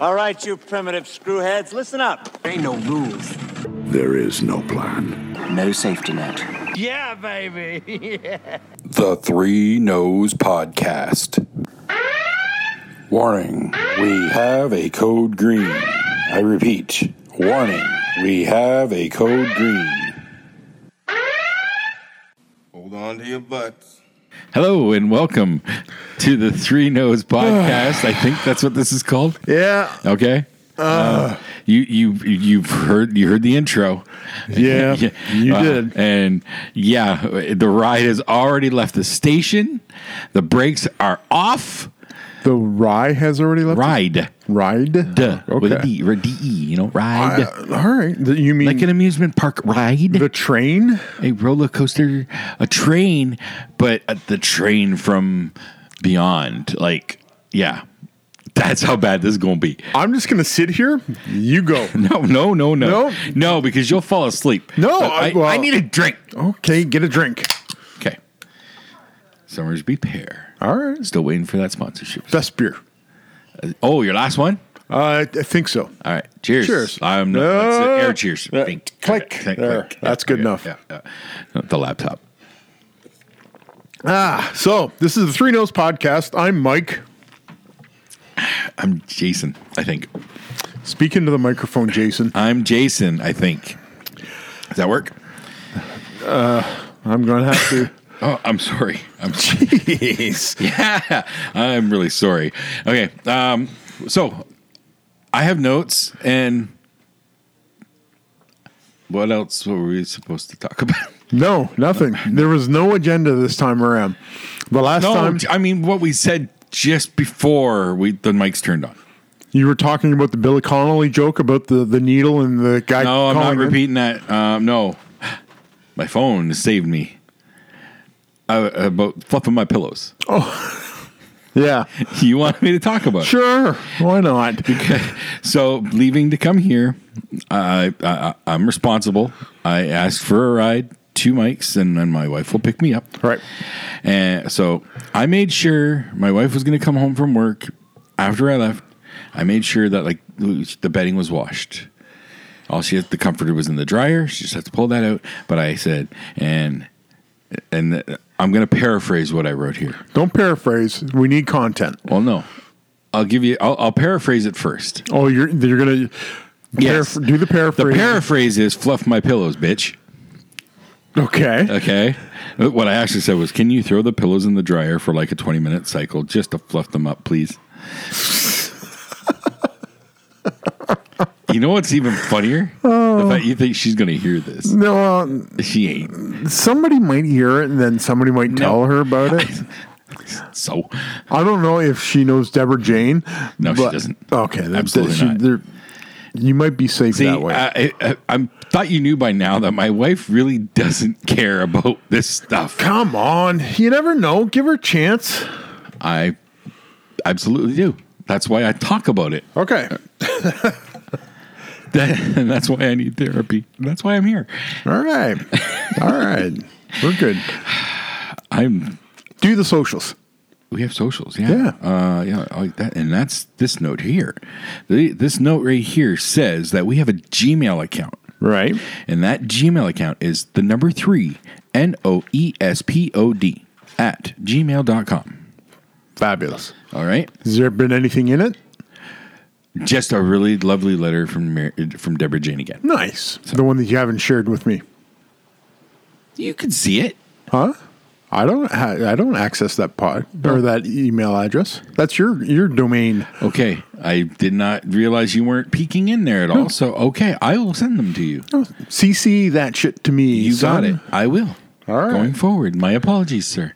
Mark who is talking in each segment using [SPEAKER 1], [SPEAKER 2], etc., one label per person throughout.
[SPEAKER 1] All right, you primitive screwheads, listen up.
[SPEAKER 2] Ain't no rules.
[SPEAKER 3] There is no plan.
[SPEAKER 2] No safety net.
[SPEAKER 4] Yeah, baby. yeah.
[SPEAKER 5] The Three Nose Podcast. Warning, we have a code green. I repeat, warning, we have a code green.
[SPEAKER 6] Hold on to your butts.
[SPEAKER 7] Hello and welcome to the Three Nose Podcast. I think that's what this is called.
[SPEAKER 8] Yeah.
[SPEAKER 7] Okay. Uh, you you you've heard you heard the intro.
[SPEAKER 8] Yeah, you
[SPEAKER 7] Uh,
[SPEAKER 8] did.
[SPEAKER 7] and yeah, the ride has already left the station. The brakes are off.
[SPEAKER 8] The rye has already left.
[SPEAKER 7] Ride,
[SPEAKER 8] Ride.
[SPEAKER 7] duh, with a
[SPEAKER 8] Okay.
[SPEAKER 7] D or a D E. You know, ride
[SPEAKER 8] Uh, all right. Th- You mean
[SPEAKER 7] like an amusement park ride.
[SPEAKER 8] the train?
[SPEAKER 7] a roller coaster, a train, but uh, the train from beyond. Like, yeah, that's how bad this is going to be.
[SPEAKER 8] I'm just gonna sit here. You go.
[SPEAKER 7] No, no, no, no,
[SPEAKER 8] No?
[SPEAKER 7] no, because you'll fall asleep.
[SPEAKER 8] No,
[SPEAKER 7] But I,
[SPEAKER 8] I- well-
[SPEAKER 7] I need a drink.
[SPEAKER 8] okay. Get a drink.
[SPEAKER 7] Okay, Summersby Pear.
[SPEAKER 8] All right.
[SPEAKER 7] Still waiting for that sponsorship.
[SPEAKER 8] Best beer.
[SPEAKER 7] Oh, your last one.
[SPEAKER 8] Uh, I think so.
[SPEAKER 7] All right, cheers.
[SPEAKER 8] Cheers.
[SPEAKER 7] I'm that's it.
[SPEAKER 8] Uh,
[SPEAKER 7] air cheers.
[SPEAKER 8] uh,
[SPEAKER 7] Think.
[SPEAKER 8] click.
[SPEAKER 7] Okay, click,
[SPEAKER 8] There.
[SPEAKER 7] click.
[SPEAKER 8] That's good
[SPEAKER 7] okay,
[SPEAKER 8] enough.
[SPEAKER 7] Yeah, yeah. The laptop.
[SPEAKER 8] So this is the Three Nose Podcast. I'm Mike.
[SPEAKER 7] I'm Jason. I think
[SPEAKER 8] Speak into the microphone, Jason.
[SPEAKER 7] I'm Jason. I think. Does that work?
[SPEAKER 8] I'm gonna have to.
[SPEAKER 7] Oh, I'm sorry. I'm jeez. yeah, I'm really sorry. Okay, um, so I have notes, and what else were we supposed to talk about?
[SPEAKER 8] No, nothing. There was no agenda this time around. The last
[SPEAKER 7] No,
[SPEAKER 8] time
[SPEAKER 7] I mean what we said just before we the mics turned on.
[SPEAKER 8] you were talking about the Billy Connolly joke about the, the needle and the guy.
[SPEAKER 7] No, I'm
[SPEAKER 8] calling
[SPEAKER 7] not
[SPEAKER 8] in.
[SPEAKER 7] repeating that. Um, no, my phone saved me uh, about fluffing my pillows.
[SPEAKER 8] Yeah,
[SPEAKER 7] You wanted me to talk about? it?
[SPEAKER 8] sure. Why not?
[SPEAKER 7] so leaving to come here, I, I I'm responsible. I asked for a ride, two mics, and then my wife will pick me up.
[SPEAKER 8] Right.
[SPEAKER 7] And so I made sure my wife was going to come home from work after I left. I made sure that like the bedding was washed. All she had, the comforter was in the dryer. She just had to pull that out. But I said, and and I'm going to paraphrase what I wrote here.
[SPEAKER 8] Don't paraphrase. We need content.
[SPEAKER 7] Well, no. I'll give you. I'll, I'll paraphrase it first.
[SPEAKER 8] Oh, you're you're gonna
[SPEAKER 7] Yes.
[SPEAKER 8] paraphr- do the paraphrase.
[SPEAKER 7] The paraphrase is fluff my pillows, bitch.
[SPEAKER 8] okay.
[SPEAKER 7] Okay. What I actually said was, can you throw the pillows in the dryer for like a 20 minute cycle just to fluff them up, please? you know what's even funnier?
[SPEAKER 8] Oh.
[SPEAKER 7] The fact you think she's going to hear this.
[SPEAKER 8] no,
[SPEAKER 7] She ain't.
[SPEAKER 8] uh, um, somebody might hear it, and then somebody might tell her about it.
[SPEAKER 7] So,
[SPEAKER 8] I don't know if she knows Deborah Jane.
[SPEAKER 7] No, she doesn't.
[SPEAKER 8] Okay, then-
[SPEAKER 7] Absolutely
[SPEAKER 8] she-
[SPEAKER 7] not.
[SPEAKER 8] there- You might be safe
[SPEAKER 7] see, uh,
[SPEAKER 8] that way.
[SPEAKER 7] I, I, I thought you knew by now that my wife really doesn't care about this stuff.
[SPEAKER 8] Come on, you never know. Give her a chance.
[SPEAKER 7] I absolutely do. That's why I talk about it.
[SPEAKER 8] Okay.
[SPEAKER 7] That, and that's why I need therapy. That's why I'm here.
[SPEAKER 8] All right. All right. We're good.
[SPEAKER 7] I'm.
[SPEAKER 8] Do the socials.
[SPEAKER 7] We have socials, yeah, yeah, uh, yeah, I like that. And that's this note here. The, this note right here says that we have a Gmail account,
[SPEAKER 8] Right.
[SPEAKER 7] and that Gmail account is the number three N O E S P O D at gmail.com.
[SPEAKER 8] Fabulous.
[SPEAKER 7] All right,
[SPEAKER 8] Has there been anything in it?
[SPEAKER 7] just a really lovely letter from Mar- from Deborah Jane again.
[SPEAKER 8] Nice. The one that you haven't shared with me.
[SPEAKER 7] You can see it.
[SPEAKER 8] Huh? I don't. ha- I don't access that pod or that email address. That's your your domain.
[SPEAKER 7] Okay, I did not realize you weren't peeking in there at all. So okay, I will send them to you.
[SPEAKER 8] CC that shit to me.
[SPEAKER 7] You got
[SPEAKER 8] son.
[SPEAKER 7] it. I will.
[SPEAKER 8] All right.
[SPEAKER 7] Going forward, my apologies, sir.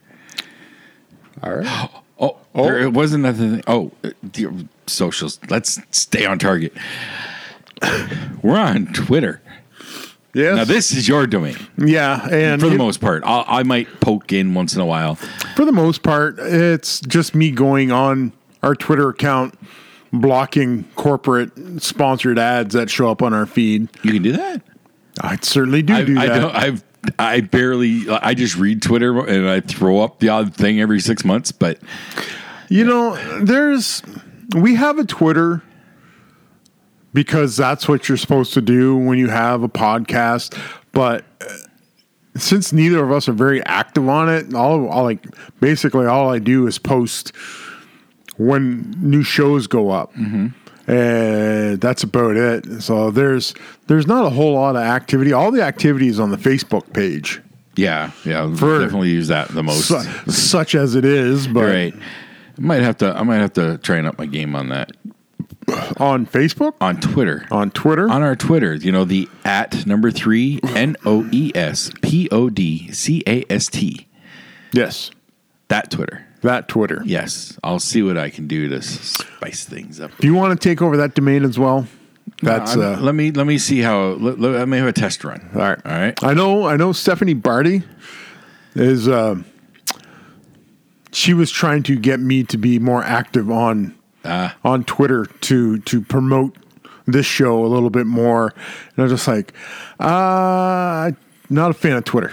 [SPEAKER 8] All right.
[SPEAKER 7] Oh, there- it was another thing. Oh, uh, dear socials. Let's stay on target. We're on Twitter.
[SPEAKER 8] Yes.
[SPEAKER 7] Now, this is your domain
[SPEAKER 8] Yeah, and
[SPEAKER 7] for the
[SPEAKER 8] it-
[SPEAKER 7] most part. I'll, I might poke in once in a while.
[SPEAKER 8] for the most part, it's just me going on our Twitter account, blocking corporate sponsored ads that show up on our feed.
[SPEAKER 7] You can do that.
[SPEAKER 8] I certainly do
[SPEAKER 7] I,
[SPEAKER 8] do
[SPEAKER 7] I
[SPEAKER 8] that.
[SPEAKER 7] don't. I've. I barely. I just read Twitter and I throw up the odd thing every six months, but
[SPEAKER 8] you know, there's we have a Twitter because that's what you're supposed to do when you have a podcast. But uh, since neither of us are very active on it, all, all like basically all I do is post when new shows go up. And that's about it. So there's there's not a whole lot of activity. All the activity is on the Facebook page,
[SPEAKER 7] Yeah, yeah.
[SPEAKER 8] For-
[SPEAKER 7] definitely use that the most.
[SPEAKER 8] su- such as it is. But
[SPEAKER 7] right. I might have to. I might have to train up my game on that
[SPEAKER 8] on Facebook,
[SPEAKER 7] on Twitter.
[SPEAKER 8] on Twitter,
[SPEAKER 7] on our Twitter, you know, the at number three, N O E S P O D C A S T.
[SPEAKER 8] yes,
[SPEAKER 7] That Twitter.
[SPEAKER 8] that Twitter.
[SPEAKER 7] Yes. I'll see what I can do to spice things up.
[SPEAKER 8] If you want to take over that domain as well, that's
[SPEAKER 7] I'm-
[SPEAKER 8] uh,
[SPEAKER 7] let me let me see how let, let, let me have a test run.
[SPEAKER 8] all right.
[SPEAKER 7] All right.
[SPEAKER 8] I know. I know. Stephanie Barty is. Uh, she was trying to get me to be more active on
[SPEAKER 7] Ah.
[SPEAKER 8] on Twitter to to promote this show a little bit more, and I'm just like, uh, not a fan of Twitter,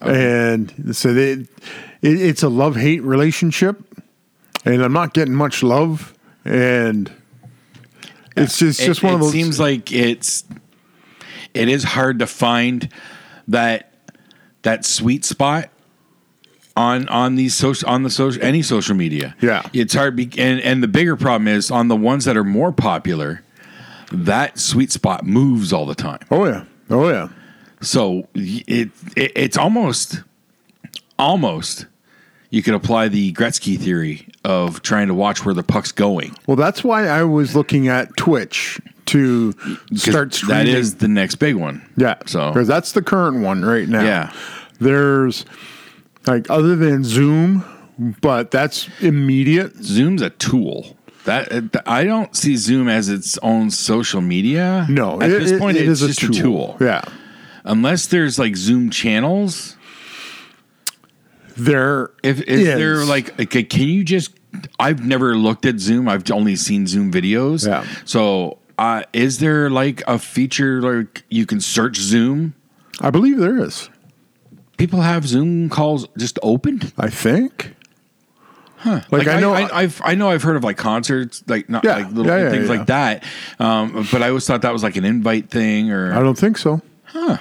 [SPEAKER 8] and so they, it, it's a love hate relationship, and I'm not getting much love, and it's just
[SPEAKER 7] It-
[SPEAKER 8] just one
[SPEAKER 7] it
[SPEAKER 8] of those.
[SPEAKER 7] seems like it's it is hard to find that that sweet spot on on these social on the social any social media.
[SPEAKER 8] Yeah.
[SPEAKER 7] it's hard. Be, and and the bigger problem is on the ones that are more popular. That sweet spot moves all the time,
[SPEAKER 8] oh yeah, oh yeah.
[SPEAKER 7] so it, it it's almost almost you could apply the Gretzky theory of trying to watch where the puck's going.
[SPEAKER 8] Well, that's why I was looking at Twitch to
[SPEAKER 7] 'Cause
[SPEAKER 8] start streaming.
[SPEAKER 7] That is the next big one.
[SPEAKER 8] yeah,
[SPEAKER 7] So
[SPEAKER 8] because that's the current one right now.
[SPEAKER 7] Yeah.
[SPEAKER 8] there's like other than Zoom, but that's immediate.
[SPEAKER 7] Zoom's a tool. That uh, th- I don't see Zoom as its own social media.
[SPEAKER 8] No,
[SPEAKER 7] at
[SPEAKER 8] it-
[SPEAKER 7] this
[SPEAKER 8] it-
[SPEAKER 7] point,
[SPEAKER 8] it
[SPEAKER 7] it's
[SPEAKER 8] is
[SPEAKER 7] just a tool.
[SPEAKER 8] Yeah,
[SPEAKER 7] Unless there's like Zoom channels.
[SPEAKER 8] there.
[SPEAKER 7] If is there
[SPEAKER 8] is.
[SPEAKER 7] like okay, can you just? I've never looked at Zoom. I've only seen Zoom videos.
[SPEAKER 8] Yeah.
[SPEAKER 7] So uh, is there like a feature like you can search Zoom?
[SPEAKER 8] I believe there is.
[SPEAKER 7] People have Zoom calls just opened.
[SPEAKER 8] I think. Huh? Like, I know.
[SPEAKER 7] I, have I know I've heard of like concerts, like not
[SPEAKER 8] Yeah,
[SPEAKER 7] like little
[SPEAKER 8] yeah, yeah,
[SPEAKER 7] things
[SPEAKER 8] yeah.
[SPEAKER 7] like that. Um, but I always thought that was like an invite thing or
[SPEAKER 8] I don't think so.
[SPEAKER 7] Huh.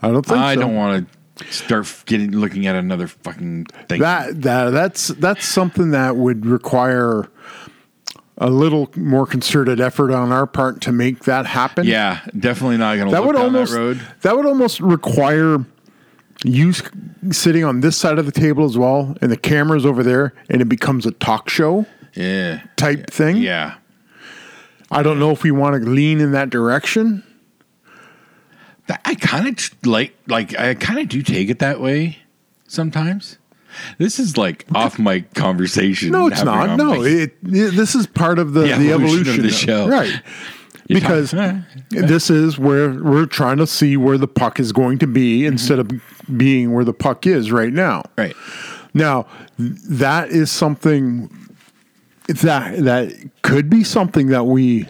[SPEAKER 8] I don't think.
[SPEAKER 7] I
[SPEAKER 8] so.
[SPEAKER 7] don't want to start f- getting looking at another fucking thing.
[SPEAKER 8] that that that's that's something that would require a little more concerted effort on our part to make that happen.
[SPEAKER 7] yeah, definitely not going to
[SPEAKER 8] that
[SPEAKER 7] look
[SPEAKER 8] would
[SPEAKER 7] down
[SPEAKER 8] almost
[SPEAKER 7] that
[SPEAKER 8] that,
[SPEAKER 7] road.
[SPEAKER 8] would almost require you s- sitting on this side of the table as well, and the cameras over there, and it becomes a talk show
[SPEAKER 7] Yeah,
[SPEAKER 8] type thing.
[SPEAKER 7] yeah.
[SPEAKER 8] I don't know if we want to lean in that direction.
[SPEAKER 7] That, I kind of like like I kind of do take it that way sometimes. This is like off mic conversation.
[SPEAKER 8] No, it's
[SPEAKER 7] happening
[SPEAKER 8] not.
[SPEAKER 7] on
[SPEAKER 8] No,
[SPEAKER 7] mic.
[SPEAKER 8] it, it- this is part of the,
[SPEAKER 7] The
[SPEAKER 8] the
[SPEAKER 7] evolution
[SPEAKER 8] evolution
[SPEAKER 7] of the show.
[SPEAKER 8] right?
[SPEAKER 7] You're
[SPEAKER 8] because
[SPEAKER 7] talking-
[SPEAKER 8] this is where we're trying to see where the puck is going to be instead of being where the puck is right now.
[SPEAKER 7] Mm-hmm. right.
[SPEAKER 8] Now, th- that is something that that could be something that we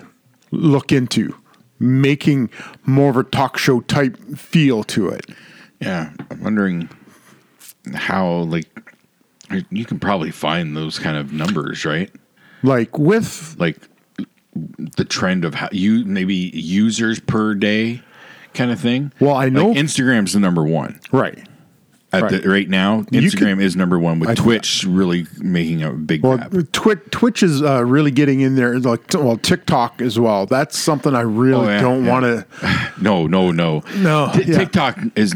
[SPEAKER 8] look into making more of a talk show type feel to it.
[SPEAKER 7] Yeah, I'm wondering how like you can probably find those kind of numbers, right?
[SPEAKER 8] Like with
[SPEAKER 7] like the trend of how you maybe users per day kind of thing.
[SPEAKER 8] Well, I know-
[SPEAKER 7] like Instagram's the number one
[SPEAKER 8] right.
[SPEAKER 7] at
[SPEAKER 8] Right.
[SPEAKER 7] The, right now.
[SPEAKER 8] You
[SPEAKER 7] Instagram is number one with
[SPEAKER 8] I-
[SPEAKER 7] Twitch really making a big
[SPEAKER 8] Well,
[SPEAKER 7] gap.
[SPEAKER 8] Twitch Twitch is uh, really getting in there. Like t- well, TikTok as well. That's something I really
[SPEAKER 7] Oh, yeah,
[SPEAKER 8] don't
[SPEAKER 7] yeah.
[SPEAKER 8] want to.
[SPEAKER 7] No, no, no,
[SPEAKER 8] No,
[SPEAKER 7] T-
[SPEAKER 8] yeah.
[SPEAKER 7] TikTok is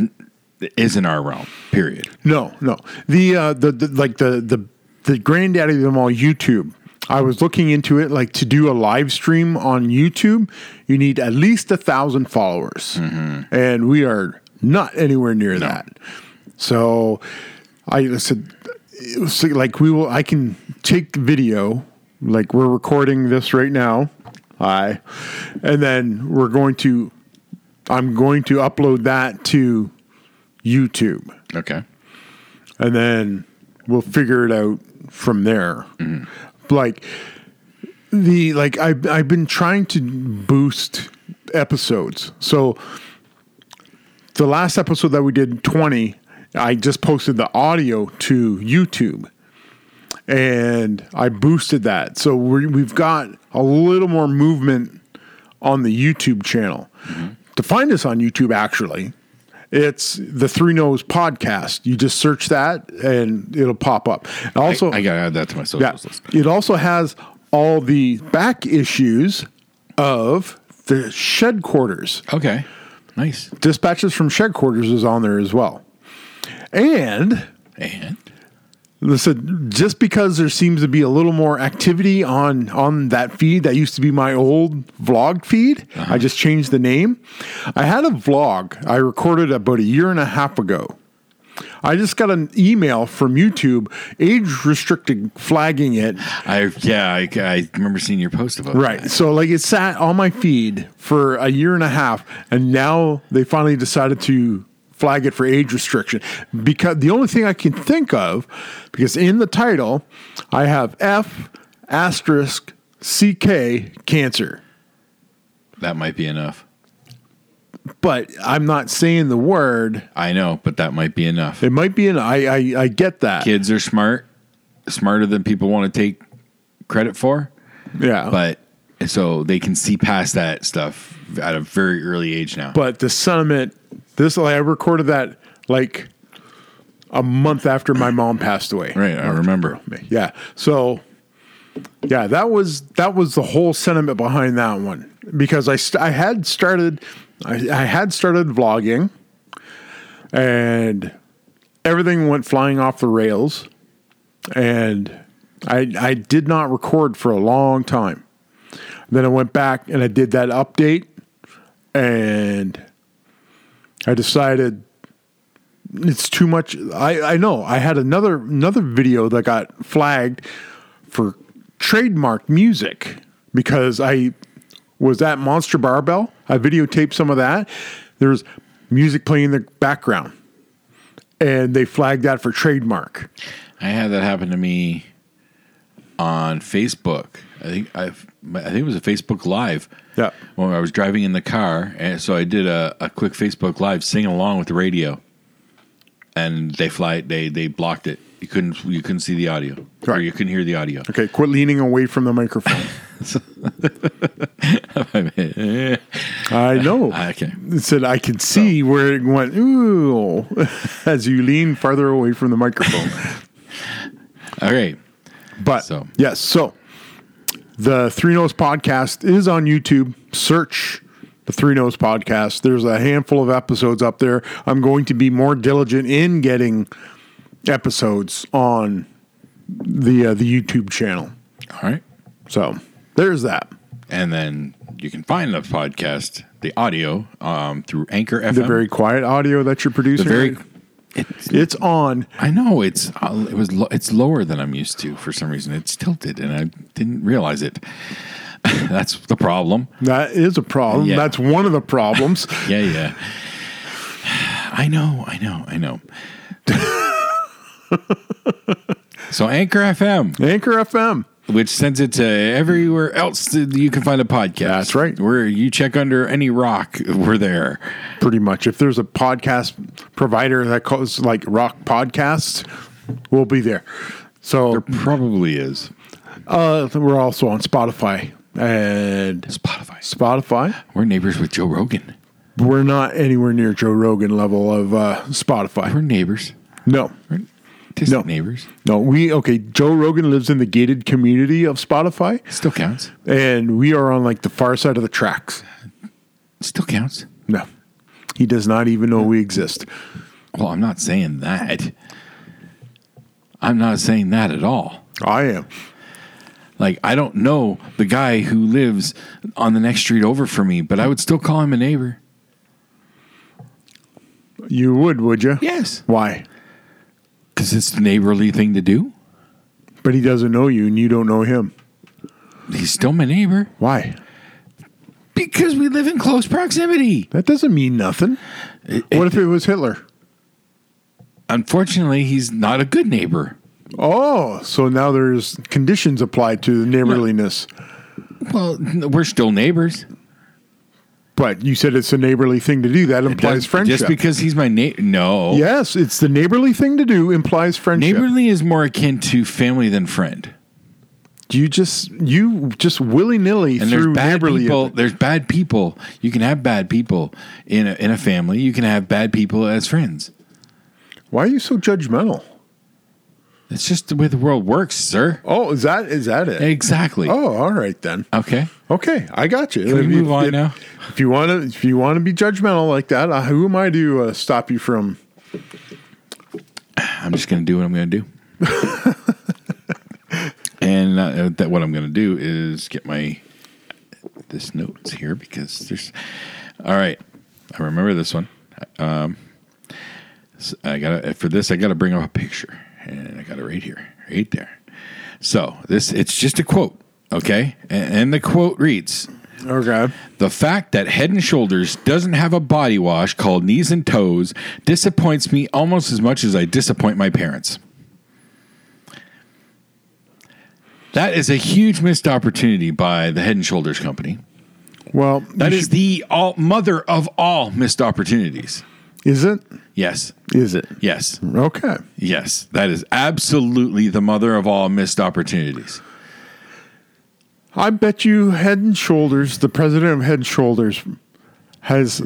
[SPEAKER 7] isn't our realm. Period.
[SPEAKER 8] No, no. The uh, the, the like the the the granddaddy of them all, YouTube. I was looking into it. Like to do a live stream on YouTube, you need at least a thousand followers, and we are not anywhere near that. So I said, it was like we will. I can take video. Like we're recording this right now. I, and then we're going to. I'm going to upload that to YouTube
[SPEAKER 7] Okay.
[SPEAKER 8] and then we'll figure it out from there. Like the like I have I've been trying to boost episodes. So the last episode that we did 20, I just posted the audio to YouTube. and I boosted that. So we we've got a little more movement on the YouTube channel.
[SPEAKER 7] Mm-hmm.
[SPEAKER 8] To find us on YouTube, actually, it's the Three Nose Podcast. You just search that and it'll pop up. And Also,
[SPEAKER 7] I, I gotta add that to my socials list.
[SPEAKER 8] it also has all the back issues of the shed quarters.
[SPEAKER 7] Okay, nice.
[SPEAKER 8] Dispatches from shed quarters is on there as well. And
[SPEAKER 7] And
[SPEAKER 8] listen, just because there seems to be a little more activity on on that feed that used to be my old vlog feed, I just changed the name. I had a vlog I recorded about a year and a half ago. I just got an email from YouTube age restricted flagging it
[SPEAKER 7] I yeah, I, I remember seeing your post about
[SPEAKER 8] Right.
[SPEAKER 7] that.
[SPEAKER 8] So like it sat on my feed for a year and a half and now they finally decided to flag it for age restriction because the only thing I can think of because in the title I have F asterisk CK cancer.
[SPEAKER 7] That might be enough.
[SPEAKER 8] But I'm not saying the word.
[SPEAKER 7] I know, but that might be enough.
[SPEAKER 8] It might be an I I, I get that.
[SPEAKER 7] Kids are smart, smarter than people want to take credit for.
[SPEAKER 8] yeah.
[SPEAKER 7] But so they can see past that stuff at a very early age now.
[SPEAKER 8] but the sentiment this like I recorded that like a month after my mom passed away.
[SPEAKER 7] right, I remember.
[SPEAKER 8] Yeah. So yeah, that was that was the whole sentiment behind that one because I st- I had started I, I had started vlogging and everything went flying off the rails and I I did not record for a long time. Then I went back and I did that update and I decided it's too much. I, I know. I had another another video that got flagged for trademark music because I was at Monster Barbell. I videotaped some of that. There's music playing in the background, and they flagged that for trademark.
[SPEAKER 7] I had that happen to me on Facebook. I think I, I think it was a Facebook Live.
[SPEAKER 8] Yeah.
[SPEAKER 7] When I was driving in the car, and so I did a, a quick Facebook Live, singing along with the radio, and they fly they they blocked it. You couldn't you couldn't see the audio, or
[SPEAKER 8] Right.
[SPEAKER 7] you couldn't hear the audio.
[SPEAKER 8] Okay, quit leaning away from the microphone. I know.
[SPEAKER 7] okay.
[SPEAKER 8] It said I could see where it went. Ooh, as you lean farther away from the microphone.
[SPEAKER 7] All right.
[SPEAKER 8] But
[SPEAKER 7] So-
[SPEAKER 8] yes, so the Three Nose Podcast is on YouTube. Search the Three Nose Podcast. There's a handful of episodes up there. I'm going to be more diligent in getting episodes on the uh, the YouTube channel.
[SPEAKER 7] All right.
[SPEAKER 8] So there's that.
[SPEAKER 7] And then you can find the podcast, the audio, um, through Anchor FM.
[SPEAKER 8] The very quiet audio that you're
[SPEAKER 7] the
[SPEAKER 8] producing.
[SPEAKER 7] very
[SPEAKER 8] it's on.
[SPEAKER 7] I know it's uh, it was lo- it's lower than I'm used to for some reason. It's tilted, and I didn't realize it. That's the problem.
[SPEAKER 8] That is a problem.
[SPEAKER 7] Yeah.
[SPEAKER 8] That's one of the problems.
[SPEAKER 7] Yeah, yeah. I know, I know, I know. so Anchor FM,
[SPEAKER 8] Anchor FM.
[SPEAKER 7] which sends it to everywhere else that you can find a podcast.
[SPEAKER 8] That's right.
[SPEAKER 7] Where you check under any rock, we're there.
[SPEAKER 8] pretty much. If there's a podcast provider that calls like Rock Podcasts, we'll be there. So
[SPEAKER 7] Probably is
[SPEAKER 8] uh, we're also on Spotify and
[SPEAKER 7] Spotify.
[SPEAKER 8] Spotify.
[SPEAKER 7] We're neighbors with Joe Rogan.
[SPEAKER 8] We're not anywhere near Joe Rogan level of uh, Spotify.
[SPEAKER 7] We're neighbors.
[SPEAKER 8] No,
[SPEAKER 7] Distant
[SPEAKER 8] No.
[SPEAKER 7] neighbors.
[SPEAKER 8] no. We okay. Joe Rogan lives in the gated community of Spotify,
[SPEAKER 7] Still counts.
[SPEAKER 8] and we are on like the far side of the tracks.
[SPEAKER 7] Still counts.
[SPEAKER 8] No, he does not even know we exist.
[SPEAKER 7] Well, I'm not saying that. I'm not saying that at all.
[SPEAKER 8] I am.
[SPEAKER 7] Like, I don't know the guy who lives on the next street over from me, but I would still call him a neighbor.
[SPEAKER 8] You would, would you?
[SPEAKER 7] Yes.
[SPEAKER 8] Why?
[SPEAKER 7] Because it's the neighborly thing to do.
[SPEAKER 8] But he doesn't know you, and you don't know him.
[SPEAKER 7] He's still my neighbor
[SPEAKER 8] Why?
[SPEAKER 7] because we live in close proximity.
[SPEAKER 8] That doesn't mean nothing. what if it was Hitler?
[SPEAKER 7] Unfortunately, he's not a good neighbor.
[SPEAKER 8] Oh, so now there's conditions applied to the neighborliness.
[SPEAKER 7] Well, n- we're still neighbors.
[SPEAKER 8] But you said it's a neighborly thing to do. That implies
[SPEAKER 7] Just-
[SPEAKER 8] friendship.
[SPEAKER 7] Just because he's my neighbor. No.
[SPEAKER 8] yes, it's the neighborly thing to do implies friendship.
[SPEAKER 7] Neighborly is more akin to family than friend.
[SPEAKER 8] you just you just willy nilly
[SPEAKER 7] And there's
[SPEAKER 8] through
[SPEAKER 7] bad
[SPEAKER 8] neighborly.
[SPEAKER 7] people. There's bad people. You can have bad people in a, in a family. You can have bad people as friends.
[SPEAKER 8] Why are you so judgmental?
[SPEAKER 7] That's just the way the world works, sir.
[SPEAKER 8] Oh, is that is that it?
[SPEAKER 7] Exactly.
[SPEAKER 8] Oh, all right then.
[SPEAKER 7] Okay.
[SPEAKER 8] Okay, I got you.
[SPEAKER 7] Can we
[SPEAKER 8] If-
[SPEAKER 7] move
[SPEAKER 8] if-
[SPEAKER 7] on
[SPEAKER 8] if-
[SPEAKER 7] now?
[SPEAKER 8] If you want to, if you want to be judgmental like that, uh, who am I to uh, stop you from?
[SPEAKER 7] I'm just going to do what I'm going to do. and uh, that what I'm going to do is get my this notes here because there's all right. I remember this one. Um, s- I got for this. I got to bring up a picture, and I got it right here, right there. So this it's just a quote, okay? And, and the quote reads.
[SPEAKER 8] Okay.
[SPEAKER 7] The fact that Head and Shoulders doesn't have a body wash called Knees and Toes disappoints me almost as much as I disappoint my parents. That is a huge missed opportunity by the Head and Shoulders company.
[SPEAKER 8] Well,
[SPEAKER 7] That
[SPEAKER 8] you
[SPEAKER 7] is
[SPEAKER 8] should-
[SPEAKER 7] the all, mother of all missed opportunities.
[SPEAKER 8] Is it?
[SPEAKER 7] Yes,
[SPEAKER 8] Is it?
[SPEAKER 7] yes,
[SPEAKER 8] Okay.
[SPEAKER 7] yes. That is absolutely the mother of all missed opportunities.
[SPEAKER 8] I bet you Head and Shoulders, the president of Head and Shoulders, has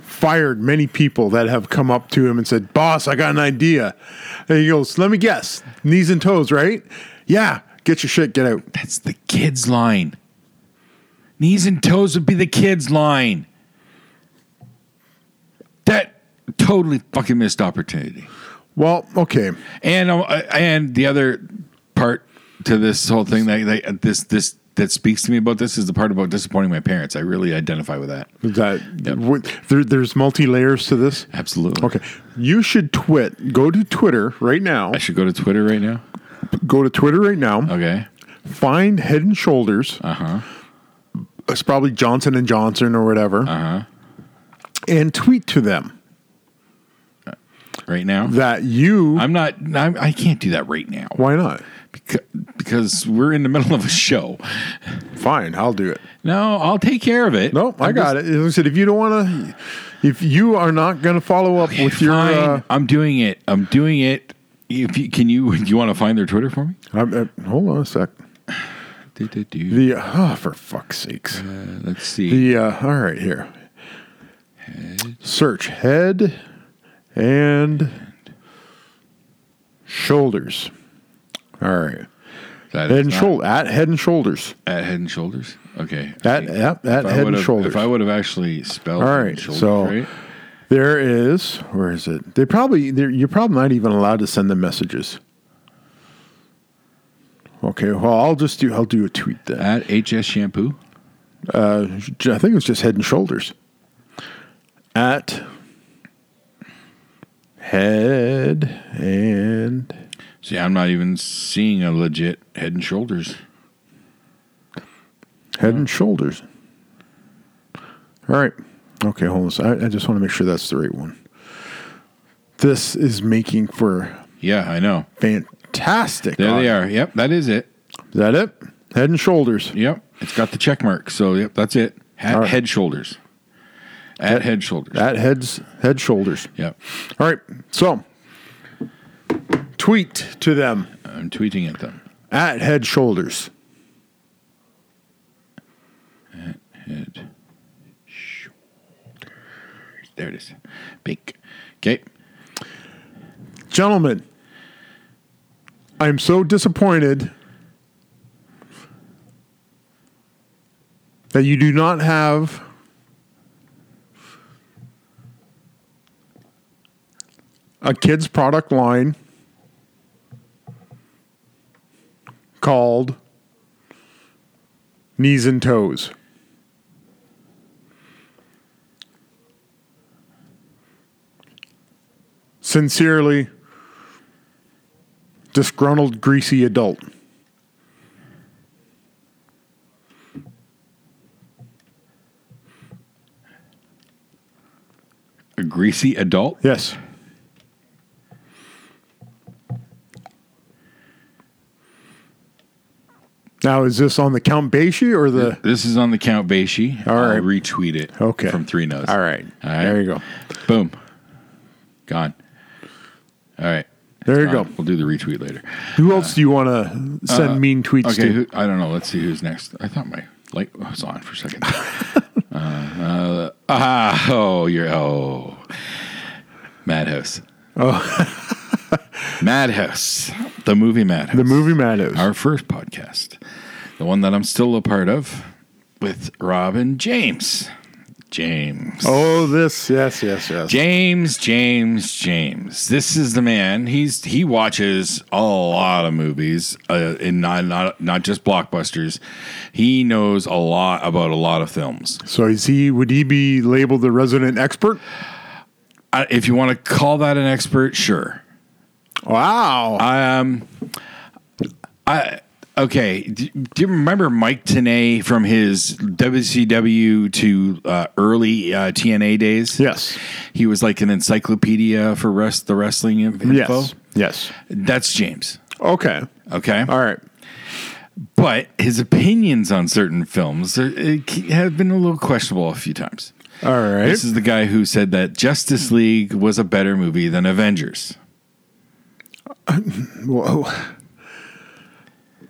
[SPEAKER 8] fired many people that have come up to him and said, "Boss, I got an idea." And he goes, "Let me guess, knees and toes, right? Yeah, get your shit, get out."
[SPEAKER 7] That's the kids' line. Knees and toes would be the kids' line. That totally fucking missed opportunity.
[SPEAKER 8] Well, okay,
[SPEAKER 7] And uh, and the other part to this whole thing that, that this this that speaks to me about this is the part about disappointing my parents. I really identify with that.
[SPEAKER 8] Is that what- there, there's multi layers to this.
[SPEAKER 7] Absolutely.
[SPEAKER 8] Okay, you should twit. Go to Twitter right now.
[SPEAKER 7] I should go to Twitter right now.
[SPEAKER 8] Go to Twitter right now.
[SPEAKER 7] Okay.
[SPEAKER 8] Find Head and Shoulders.
[SPEAKER 7] Uh huh.
[SPEAKER 8] It's probably Johnson and Johnson or whatever,
[SPEAKER 7] Uh huh.
[SPEAKER 8] and tweet to them
[SPEAKER 7] Right now.
[SPEAKER 8] that you.
[SPEAKER 7] I'm not. I'm, I can't do that right now
[SPEAKER 8] why not?
[SPEAKER 7] because, because we're in the middle of a show.
[SPEAKER 8] Fine, I'll do it.
[SPEAKER 7] No, I'll take care of it.
[SPEAKER 8] Nope, I
[SPEAKER 7] I'm
[SPEAKER 8] got it. As I said, if you don't want to, if you are not going to follow up with your,
[SPEAKER 7] Fine.
[SPEAKER 8] uh,
[SPEAKER 7] I'm doing it. I'm doing it. If you, can you, do you want to find their Twitter for me?
[SPEAKER 8] I'm, uh, hold on a sec.
[SPEAKER 7] Do, do, do.
[SPEAKER 8] The oh, for fuck's sakes.
[SPEAKER 7] Uh, let's see.
[SPEAKER 8] The uh, all right here. Search head and shoulders. All right,
[SPEAKER 7] That
[SPEAKER 8] head
[SPEAKER 7] is
[SPEAKER 8] and
[SPEAKER 7] not-
[SPEAKER 8] shoulder at head and shoulders
[SPEAKER 7] At head and shoulders. Okay.
[SPEAKER 8] at
[SPEAKER 7] If
[SPEAKER 8] yep, at
[SPEAKER 7] I
[SPEAKER 8] head and
[SPEAKER 7] would've-
[SPEAKER 8] shoulders.
[SPEAKER 7] If I would have actually spelled
[SPEAKER 8] All
[SPEAKER 7] head and
[SPEAKER 8] right,
[SPEAKER 7] shoulders,
[SPEAKER 8] so-
[SPEAKER 7] right?
[SPEAKER 8] There is where is it? They probably they're, you're probably not even allowed to send them messages. Okay, well I'll just do I'll do a tweet then.
[SPEAKER 7] At HS Shampoo.
[SPEAKER 8] I think it was just Head and Shoulders. At Head and
[SPEAKER 7] See, I'm not even seeing a legit head and shoulders.
[SPEAKER 8] Head and Shoulders. All right. Okay, hold on. a sec. I, I just want to make sure that's the right one. This is making for
[SPEAKER 7] Yeah, I know.
[SPEAKER 8] fantastic.
[SPEAKER 7] There they
[SPEAKER 8] audio.
[SPEAKER 7] are. Yep, that is it.
[SPEAKER 8] Is that it? Head and Shoulders.
[SPEAKER 7] Yep, it's got the check mark. So, yep, that's it. At
[SPEAKER 8] All right.
[SPEAKER 7] head shoulders. At head shoulders.
[SPEAKER 8] At Heads Head Shoulders.
[SPEAKER 7] yep.
[SPEAKER 8] All right. So tweet to them
[SPEAKER 7] I'm tweeting at them.
[SPEAKER 8] at Head Shoulders.
[SPEAKER 7] Head. Shoulders. There it is. Pink. Okay.
[SPEAKER 8] Gentlemen, I'm so disappointed that you do not have a kids' product line called Knees and Toes. Sincerely, disgruntled, greasy adult.
[SPEAKER 7] A greasy adult.
[SPEAKER 8] Yes. Now, is this on the Count Basie or the?
[SPEAKER 7] This is on the Count Basie.
[SPEAKER 8] All
[SPEAKER 7] I'll
[SPEAKER 8] right.
[SPEAKER 7] retweet it.
[SPEAKER 8] Okay.
[SPEAKER 7] From Three Nose.
[SPEAKER 8] All right.
[SPEAKER 7] All right.
[SPEAKER 8] There you go.
[SPEAKER 7] Boom. Gone. All right.
[SPEAKER 8] There you
[SPEAKER 7] Gone.
[SPEAKER 8] go.
[SPEAKER 7] We'll do the retweet later.
[SPEAKER 8] Who else do you want to send mean tweets
[SPEAKER 7] Uh, Okay.
[SPEAKER 8] to?
[SPEAKER 7] Who, I don't know. Let's see who's next. I thought my light was on for a second. uh, uh, ah, oh, you're oh, Madhouse. Oh, Madhouse. The movie Madhouse.
[SPEAKER 8] the movie Madhouse.
[SPEAKER 7] Our first podcast, the one that I'm still a part of, with Robin James. James.
[SPEAKER 8] oh, this. Yes, yes, yes.
[SPEAKER 7] James, James, James. This is the man. He's he watches a lot of movies, uh, and not not not just blockbusters. He knows a lot about a lot of films.
[SPEAKER 8] so is he? Would he be labeled the resident expert?
[SPEAKER 7] I, if you want to call that an expert, sure.
[SPEAKER 8] Wow.
[SPEAKER 7] Um, I okay. Do, do you remember Mike Tenay from his WCW to uh, early uh, TNA days?
[SPEAKER 8] yes.
[SPEAKER 7] he was like an encyclopedia for rest the wrestling info.
[SPEAKER 8] Yes. Yes.
[SPEAKER 7] That's James.
[SPEAKER 8] Okay.
[SPEAKER 7] Okay.
[SPEAKER 8] All right.
[SPEAKER 7] But his opinions on certain films are, it c- have been a little questionable a few times.
[SPEAKER 8] All right.
[SPEAKER 7] This is the guy who said that Justice League was a better movie than Avengers.
[SPEAKER 8] Whoa.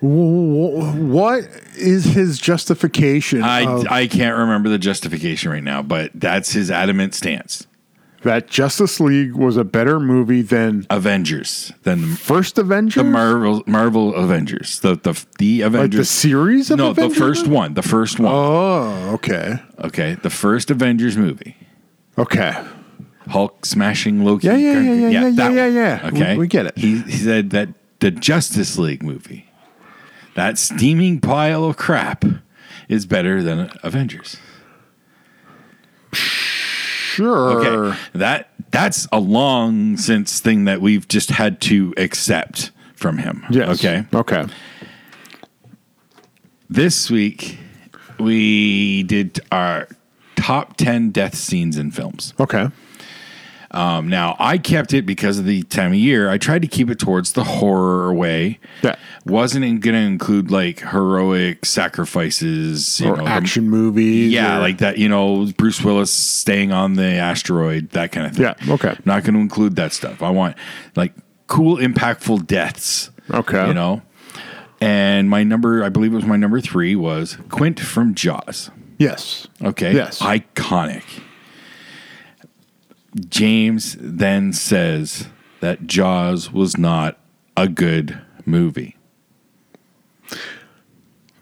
[SPEAKER 8] Wh- wh- What is his justification?
[SPEAKER 7] I,
[SPEAKER 8] of
[SPEAKER 7] I can't remember the justification right now, but that's his adamant stance.
[SPEAKER 8] that Justice League was a better movie than
[SPEAKER 7] Avengers than the,
[SPEAKER 8] First Avenger?
[SPEAKER 7] the Marvel Marvel Avengers, the the the
[SPEAKER 8] like
[SPEAKER 7] Avengers.
[SPEAKER 8] the series of
[SPEAKER 7] no,
[SPEAKER 8] Avengers
[SPEAKER 7] the first
[SPEAKER 8] movie?
[SPEAKER 7] one, the first one.
[SPEAKER 8] Oh, okay.
[SPEAKER 7] Okay, the first Avengers movie.
[SPEAKER 8] Okay.
[SPEAKER 7] Hulk smashing Loki.
[SPEAKER 8] Yeah, yeah, yeah, yeah, yeah,
[SPEAKER 7] that
[SPEAKER 8] yeah,
[SPEAKER 7] one.
[SPEAKER 8] yeah, yeah. We-
[SPEAKER 7] Okay,
[SPEAKER 8] we get it.
[SPEAKER 7] He, he said that the Justice League movie, that steaming pile of crap, is better than Avengers.
[SPEAKER 8] Sure.
[SPEAKER 7] Okay, that that's a long since thing that we've just had to accept from him.
[SPEAKER 8] Yes.
[SPEAKER 7] Okay.
[SPEAKER 8] Okay.
[SPEAKER 7] This week we did our top ten death scenes in films.
[SPEAKER 8] Okay.
[SPEAKER 7] Um, now I kept it because of the time of year. I tried to keep it towards the horror way.
[SPEAKER 8] Yeah.
[SPEAKER 7] wasn't going to include like heroic sacrifices you
[SPEAKER 8] Or
[SPEAKER 7] know,
[SPEAKER 8] action movies.
[SPEAKER 7] yeah,
[SPEAKER 8] or-
[SPEAKER 7] like that. You know, Bruce Willis staying on the asteroid, that kind of thing.
[SPEAKER 8] Yeah, okay.
[SPEAKER 7] Not going to include that stuff. I want like cool, impactful deaths.
[SPEAKER 8] Okay.
[SPEAKER 7] you know. And my number, I believe it was my number three, was Quint from Jaws.
[SPEAKER 8] Yes.
[SPEAKER 7] Okay.
[SPEAKER 8] Yes.
[SPEAKER 7] Iconic. James then says that Jaws was not a good movie.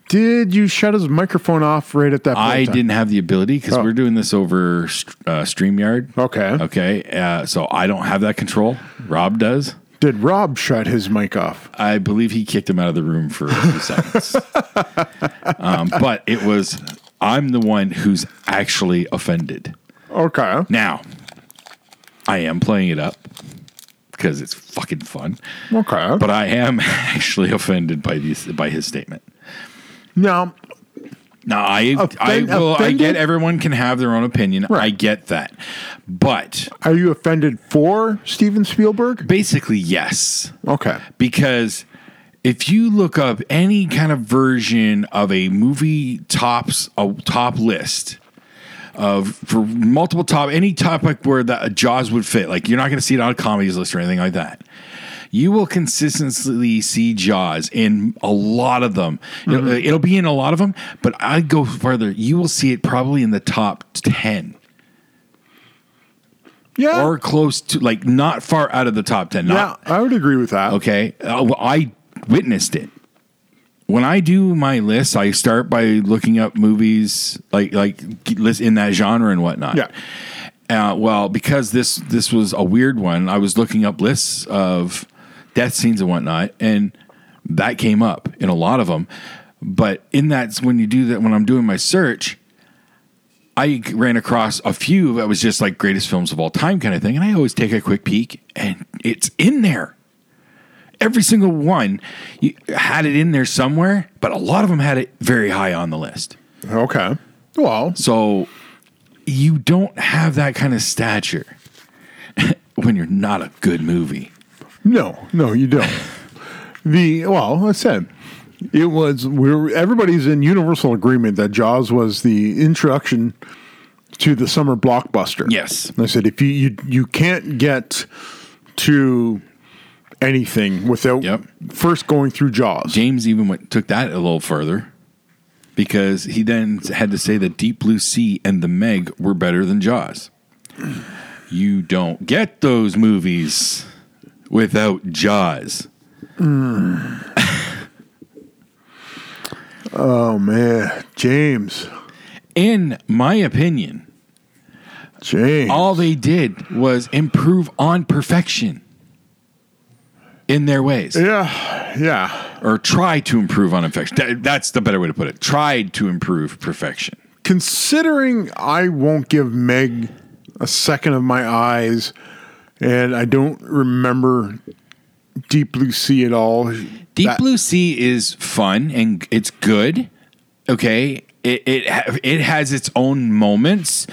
[SPEAKER 8] Did you shut his microphone off right at that point?
[SPEAKER 7] I
[SPEAKER 8] in time?
[SPEAKER 7] didn't have the ability because
[SPEAKER 8] Oh.
[SPEAKER 7] we're doing this over St- uh, StreamYard.
[SPEAKER 8] Okay.
[SPEAKER 7] Okay. Uh, so I don't have that control. Rob does.
[SPEAKER 8] Did Rob shut his mic off?
[SPEAKER 7] I believe he kicked him out of the room for a few seconds. Um, but it was, I'm the one who's actually offended.
[SPEAKER 8] Okay.
[SPEAKER 7] Now, I am playing it up because it's fucking fun,
[SPEAKER 8] Okay.
[SPEAKER 7] but I am actually offended by these by his statement.
[SPEAKER 8] now,
[SPEAKER 7] No, I
[SPEAKER 8] Offend-
[SPEAKER 7] I will I get
[SPEAKER 8] offended?
[SPEAKER 7] everyone can have their own opinion. I
[SPEAKER 8] Right.
[SPEAKER 7] get that. But
[SPEAKER 8] are you offended for Steven Spielberg?
[SPEAKER 7] basically yes,
[SPEAKER 8] Okay.
[SPEAKER 7] because if you look up any kind of version of a movie tops a top list of for multiple top any topic where the Jaws would fit, like you're not going to see it on a comedies list or anything like that. You will consistently see Jaws in a lot of them. You know,
[SPEAKER 8] Mm-hmm.
[SPEAKER 7] It'll be in a lot of them, but I go further. You will see it probably in the top ten
[SPEAKER 8] Yeah.
[SPEAKER 7] or close to, like not far out of the top ten. Not,
[SPEAKER 8] yeah, I would agree with that.
[SPEAKER 7] Okay. Uh, well, I witnessed it. When I do my list, I start by looking up movies like like g- list in that genre and whatnot.
[SPEAKER 8] Yeah.
[SPEAKER 7] Uh, well, because this this was a weird one, I was looking up lists of death scenes and whatnot, and that came up in a lot of them. But in that, when you do that, when I'm doing my search, I ran across a few that was just like greatest films of all time kind of thing, and I always take a quick peek, and it's in there. Every single one you had it in there somewhere, but a lot of them had it very high on the list.
[SPEAKER 8] Okay. Well,
[SPEAKER 7] So you don't have that kind of stature when you're not a good movie.
[SPEAKER 8] no, no, you don't. the well, I said It was we were everybody's in universal agreement that Jaws was the introduction to the summer blockbuster.
[SPEAKER 7] Yes.
[SPEAKER 8] And I said if you you, you can't get to anything without
[SPEAKER 7] Yep.
[SPEAKER 8] first going through Jaws.
[SPEAKER 7] James even went, took that a little further because he then had to say that Deep Blue Sea and The Meg were better than Jaws. You don't get those movies without Jaws.
[SPEAKER 8] Oh man, James,
[SPEAKER 7] In my opinion,
[SPEAKER 8] James.
[SPEAKER 7] all they did was improve on perfection in their ways
[SPEAKER 8] yeah, yeah.
[SPEAKER 7] or try to improve on perfection. That- that's the better way to put it. Tried to improve perfection.
[SPEAKER 8] Considering I won't give Meg a second of my eyes, and I don't remember Deep Blue Sea at all.
[SPEAKER 7] Deep
[SPEAKER 8] That-
[SPEAKER 7] Blue Sea is fun and it's good. Okay. It it ha- it has its own moments.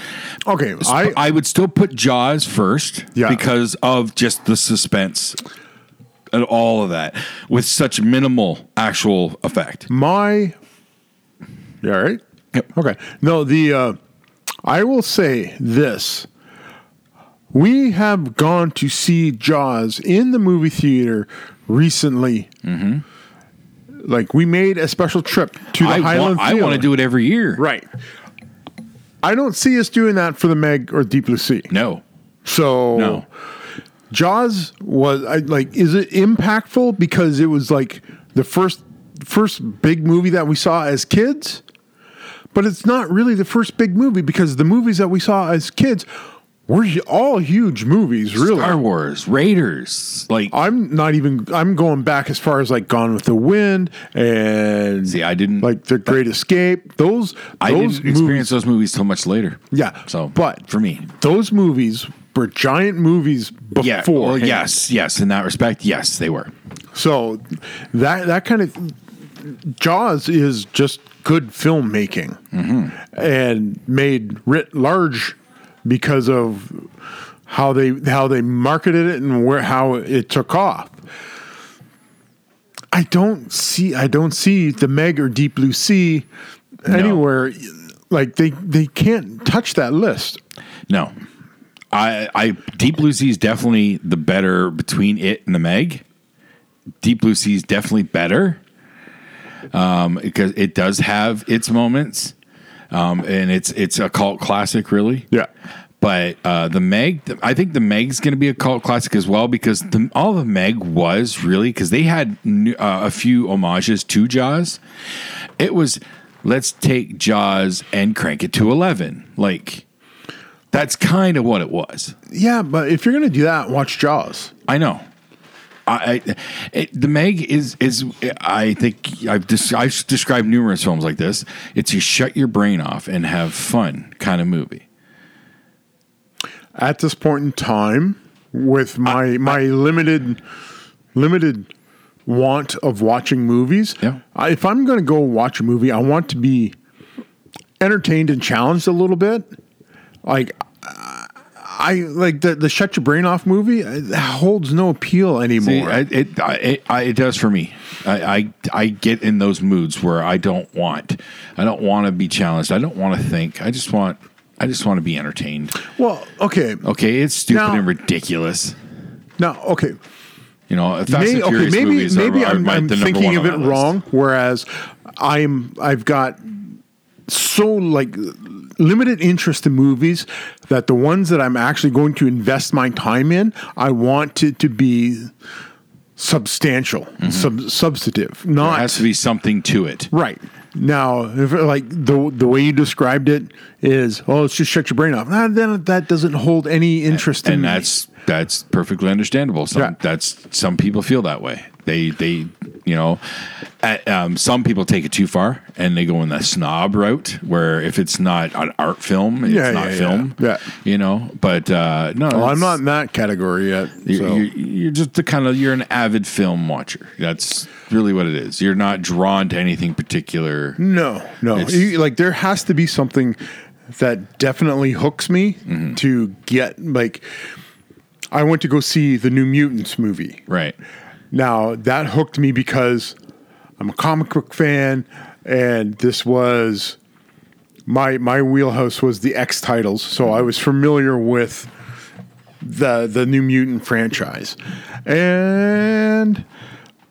[SPEAKER 8] Okay,
[SPEAKER 7] I,
[SPEAKER 8] I,
[SPEAKER 7] I would still put Jaws first
[SPEAKER 8] Yeah.
[SPEAKER 7] because of just the suspense and all of that with such minimal actual effect.
[SPEAKER 8] my. You all right?
[SPEAKER 7] Yep.
[SPEAKER 8] Okay. No, the uh, I will say this. We have gone to see Jaws in the movie theater recently. Like we made a special trip to the
[SPEAKER 7] Mm-hmm. I,
[SPEAKER 8] Highland.
[SPEAKER 7] want, I want to do it every year.
[SPEAKER 8] right. I don't see us doing that for the Meg or Deep Blue Sea.
[SPEAKER 7] No.
[SPEAKER 8] So
[SPEAKER 7] No.
[SPEAKER 8] Jaws was I, like, is it impactful because it was like the first first big movie that we saw as kids? But it's not really the first big movie because the movies that we saw as kids were hu- all huge movies, really.
[SPEAKER 7] Star Wars, Raiders, like
[SPEAKER 8] I'm not even. I'm going back as far as like Gone with the Wind and
[SPEAKER 7] See, I didn't-
[SPEAKER 8] like The Great Escape. Those
[SPEAKER 7] I
[SPEAKER 8] those
[SPEAKER 7] didn't experience those movies till much later.
[SPEAKER 8] Yeah,
[SPEAKER 7] So,
[SPEAKER 8] but-
[SPEAKER 7] for me,
[SPEAKER 8] those movies were giant movies before.
[SPEAKER 7] yeah, well, yes, yes, in that respect, yes, they were.
[SPEAKER 8] So that that kind of Jaws is just good filmmaking
[SPEAKER 7] Mm-hmm.
[SPEAKER 8] and made writ large because of how they how they marketed it and where how it took off. I don't see I don't see the Meg or Deep Blue Sea anywhere. Like they they can't touch that list.
[SPEAKER 7] No, I, I Deep Blue Sea is definitely the better between it and the Meg. Deep Blue Sea is definitely better um, because it does have its moments, um, and it's it's a cult classic, really.
[SPEAKER 8] Yeah.
[SPEAKER 7] But uh, the Meg, th- I think the Meg's going to be a cult classic as well because the, all the Meg was really because they had new, uh, a few homages to Jaws. It was let's take Jaws and crank it to eleven. Like that's kind of what it was.
[SPEAKER 8] Yeah, but if you're gonna do that, watch Jaws.
[SPEAKER 7] I know. I, I it, the Meg is is I think I've dis- I've described numerous films like this. It's you shut your brain off and have fun kind of movie.
[SPEAKER 8] at this point in time with my my limited limited want of watching movies
[SPEAKER 7] Yeah.
[SPEAKER 8] I, if i'm going to go watch a movie i want to be entertained and challenged a little bit like uh, i like the, the shut your brain off movie uh, that holds no appeal
[SPEAKER 7] See,
[SPEAKER 8] anymore
[SPEAKER 7] I, it, I, it, I, it does for me. I, I I get in those moods where I don't want, I don't want to be challenged. I don't want to think. I just want, I just want to be entertained.
[SPEAKER 8] well okay
[SPEAKER 7] Okay, it's stupid
[SPEAKER 8] Now-
[SPEAKER 7] and ridiculous.
[SPEAKER 8] now okay
[SPEAKER 7] You know, Fast
[SPEAKER 8] May-
[SPEAKER 7] and Furious movies are- are
[SPEAKER 8] I'm,
[SPEAKER 7] my-
[SPEAKER 8] I'm
[SPEAKER 7] the number
[SPEAKER 8] thinking
[SPEAKER 7] one
[SPEAKER 8] of
[SPEAKER 7] on
[SPEAKER 8] it
[SPEAKER 7] my list.
[SPEAKER 8] wrong. Whereas I'm, I've got so like limited interest in movies that the ones that I'm actually going to invest my time in, I want it to be substantial, sub- substantive,
[SPEAKER 7] Mm-hmm. There
[SPEAKER 8] not
[SPEAKER 7] has to be something to it.
[SPEAKER 8] right. Now, if like the the way you described it is, oh, it's just shut your brain off. Nah, then that doesn't hold any interest in
[SPEAKER 7] and
[SPEAKER 8] me.
[SPEAKER 7] that's that's perfectly understandable. Some
[SPEAKER 8] Yeah.
[SPEAKER 7] that's some people feel that way. They they you know, uh um, some people take it too far and they go in the snob route where if it's not an art film, it's
[SPEAKER 8] Yeah,
[SPEAKER 7] not
[SPEAKER 8] yeah,
[SPEAKER 7] film.
[SPEAKER 8] yeah. Yeah.
[SPEAKER 7] you know. But uh, no,
[SPEAKER 8] Well,
[SPEAKER 7] it's-
[SPEAKER 8] I'm not in that category yet.
[SPEAKER 7] You're,
[SPEAKER 8] so.
[SPEAKER 7] you're, you're just the kind of you're an avid film watcher. That's really what it is. You're not drawn to anything particular.
[SPEAKER 8] No, no.
[SPEAKER 7] It's-
[SPEAKER 8] You- like there has to be something that definitely hooks me to get like I went to go see the New Mutants movie.
[SPEAKER 7] Right.
[SPEAKER 8] Now, that hooked me because I'm a comic book fan, and this was my my wheelhouse was the X titles, so I was familiar with the the New Mutant franchise, and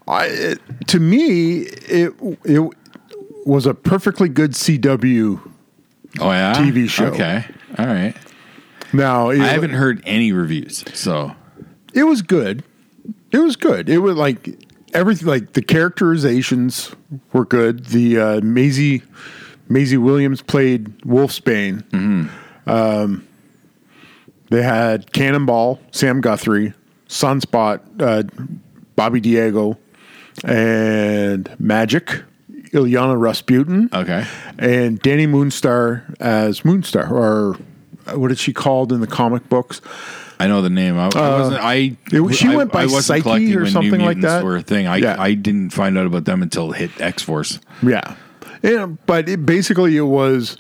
[SPEAKER 8] I it, to me it it was a perfectly good CW.
[SPEAKER 7] Oh yeah,
[SPEAKER 8] TV show.
[SPEAKER 7] Okay, all right.
[SPEAKER 8] Now it,
[SPEAKER 7] I haven't heard any reviews, so
[SPEAKER 8] it was good. It was good. It was like everything. Like the characterizations were good. The uh, Maisie Maisie Williams played Wolfsbane. Um, they had Cannonball, Sam Guthrie, Sunspot, uh, Bobby Diego, and Magic, Ilyana Rasputin.
[SPEAKER 7] okay.
[SPEAKER 8] And Danny Moonstar as Moonstar, or uh, what is she called in the comic books?
[SPEAKER 7] I know the name. I, I wasn't. I
[SPEAKER 8] Uh, it- she
[SPEAKER 7] I-
[SPEAKER 8] went by
[SPEAKER 7] I wasn't
[SPEAKER 8] Psyche
[SPEAKER 7] collecting
[SPEAKER 8] or
[SPEAKER 7] when New
[SPEAKER 8] something like
[SPEAKER 7] Mutants
[SPEAKER 8] that.
[SPEAKER 7] Were a thing. I
[SPEAKER 8] Yeah.
[SPEAKER 7] I didn't find out about them until it hit X Force.
[SPEAKER 8] Yeah. Yeah, but it, basically it was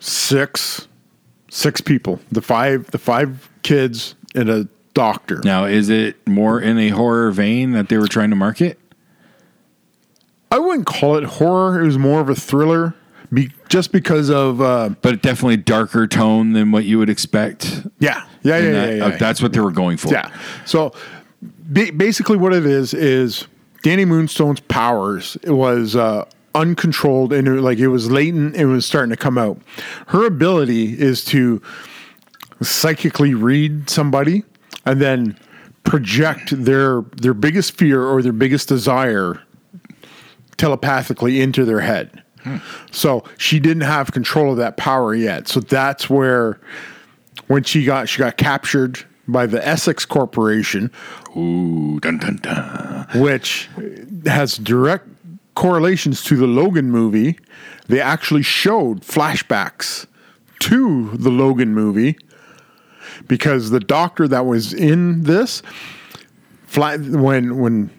[SPEAKER 8] six six people. The five the five kids and a doctor.
[SPEAKER 7] Now, is it more in a horror vein that they were trying to market?
[SPEAKER 8] I wouldn't call it horror. It was more of a thriller be, just because of uh,
[SPEAKER 7] But definitely darker tone than what you would expect.
[SPEAKER 8] yeah. Yeah,
[SPEAKER 7] And
[SPEAKER 8] yeah, yeah,
[SPEAKER 7] that-
[SPEAKER 8] yeah,
[SPEAKER 7] uh,
[SPEAKER 8] yeah.
[SPEAKER 7] That's what they were going for.
[SPEAKER 8] Yeah. So ba- basically, what it is is Danny Moonstone's powers it was uh, uncontrolled and it, like it was latent. It was starting to come out. Her ability is to psychically read somebody and then project their their biggest fear or their biggest desire telepathically into their head. So she didn't have control of that power yet. So that's where when she got she got captured by the Essex Corporation,
[SPEAKER 7] Ooh, dun dun dun.
[SPEAKER 8] which has direct correlations to the Logan movie. They actually showed flashbacks to the Logan movie because the doctor that was in this fla- when when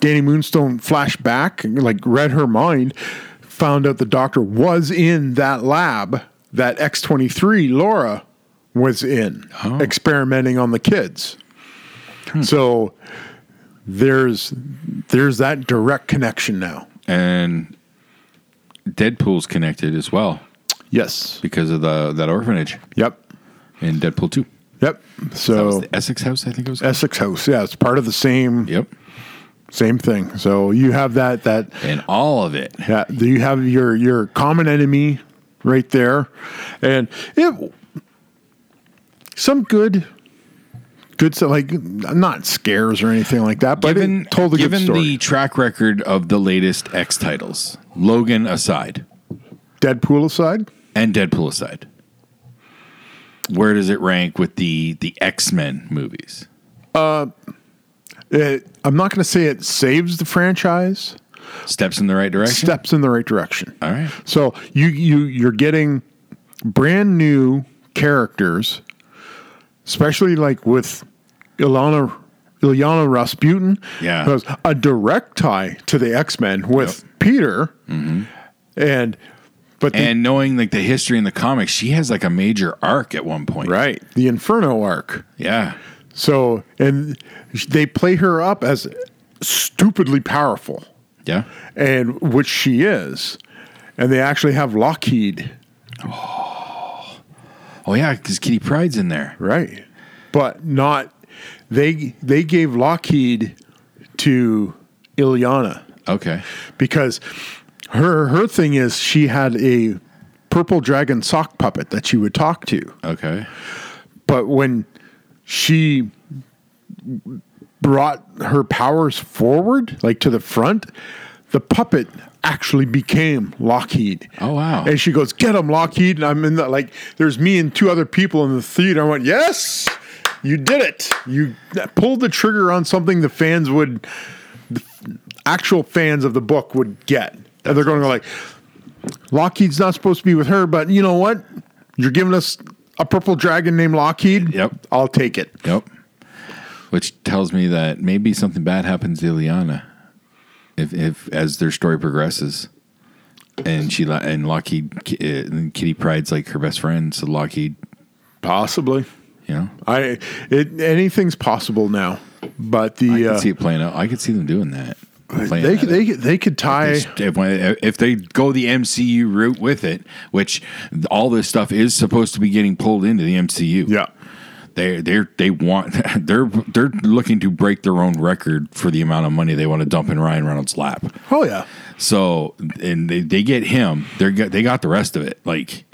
[SPEAKER 8] Danny Moonstone flashed back, like read her mind, found out the doctor was in that lab that X23 Laura was in, experimenting on the kids. So there's there's that direct connection now.
[SPEAKER 7] And Deadpool's connected as well
[SPEAKER 8] Yes.
[SPEAKER 7] because of the that orphanage
[SPEAKER 8] Yep.
[SPEAKER 7] in Deadpool 2.
[SPEAKER 8] Yep.
[SPEAKER 7] That was
[SPEAKER 8] So
[SPEAKER 7] the Essex House, I think it was.
[SPEAKER 8] Essex House, yeah, it's part of the same
[SPEAKER 7] yep.
[SPEAKER 8] same thing. So you have that that
[SPEAKER 7] And all of it.
[SPEAKER 8] Yeah, do you have your your common enemy right there, and it some good, good stuff like not scares or anything like that, but
[SPEAKER 7] given
[SPEAKER 8] it told a
[SPEAKER 7] given
[SPEAKER 8] good story.
[SPEAKER 7] the track record of the latest X titles, Logan aside
[SPEAKER 8] Deadpool aside,
[SPEAKER 7] and Deadpool aside, where does it rank with the the X Men movies?
[SPEAKER 8] it, I'm not going to say it saves the franchise.
[SPEAKER 7] Steps in the right direction.
[SPEAKER 8] Steps in the right direction.
[SPEAKER 7] All right.
[SPEAKER 8] So you you you're getting brand new characters, especially like with Ilana Ilyana Rasputin.
[SPEAKER 7] Yeah.
[SPEAKER 8] who has a direct tie to the X Men with Peter, and but the,
[SPEAKER 7] Mm-hmm. And knowing like the history in the comics, she has like a major arc at one point.
[SPEAKER 8] right the Inferno arc.
[SPEAKER 7] Yeah.
[SPEAKER 8] So and they play her up as stupidly powerful.
[SPEAKER 7] Yeah.
[SPEAKER 8] and which she is, and they actually have Lockheed,
[SPEAKER 7] Oh yeah, because Kitty Pride's in there.
[SPEAKER 8] right? But not they they gave Lockheed to Ilyana
[SPEAKER 7] Okay.
[SPEAKER 8] because her her thing is she had a purple dragon sock puppet that she would talk to.
[SPEAKER 7] Okay.
[SPEAKER 8] but when she brought her powers forward, like to the front, the puppet actually became Lockheed.
[SPEAKER 7] Oh, wow.
[SPEAKER 8] And she goes, "Get him, Lockheed!" And I'm in the like. There's me and two other people in the theater. I went, "Yes, you did it! You pulled the trigger on something the fans would, the actual fans of the book would get." And they're going to go like, Lockheed's not supposed to be with her, but you know what? You're giving us a purple dragon named Lockheed.
[SPEAKER 7] Yep.
[SPEAKER 8] I'll take it.
[SPEAKER 7] Yep. Which tells me that maybe something bad happens to Ileana if, if as their story progresses. And she la- and Lockheed Ki- uh, and Kitty Pride's like her best friend, so Lockheed,
[SPEAKER 8] Possibly.
[SPEAKER 7] you know,
[SPEAKER 8] I it anything's possible now. But
[SPEAKER 7] I
[SPEAKER 8] the
[SPEAKER 7] can
[SPEAKER 8] uh,
[SPEAKER 7] see it playing out. I could see them doing that. playing
[SPEAKER 8] They
[SPEAKER 7] at
[SPEAKER 8] could,
[SPEAKER 7] it.
[SPEAKER 8] they could, they could tie.
[SPEAKER 7] if, if they go the MCU route with it, which all this stuff is supposed to be getting pulled into the MCU.
[SPEAKER 8] Yeah.
[SPEAKER 7] They they they want they're they're looking to break their own record for the amount of money they want to dump in Ryan Reynolds' lap.
[SPEAKER 8] Oh yeah.
[SPEAKER 7] So and they, they get him. They got they got the rest of it. Like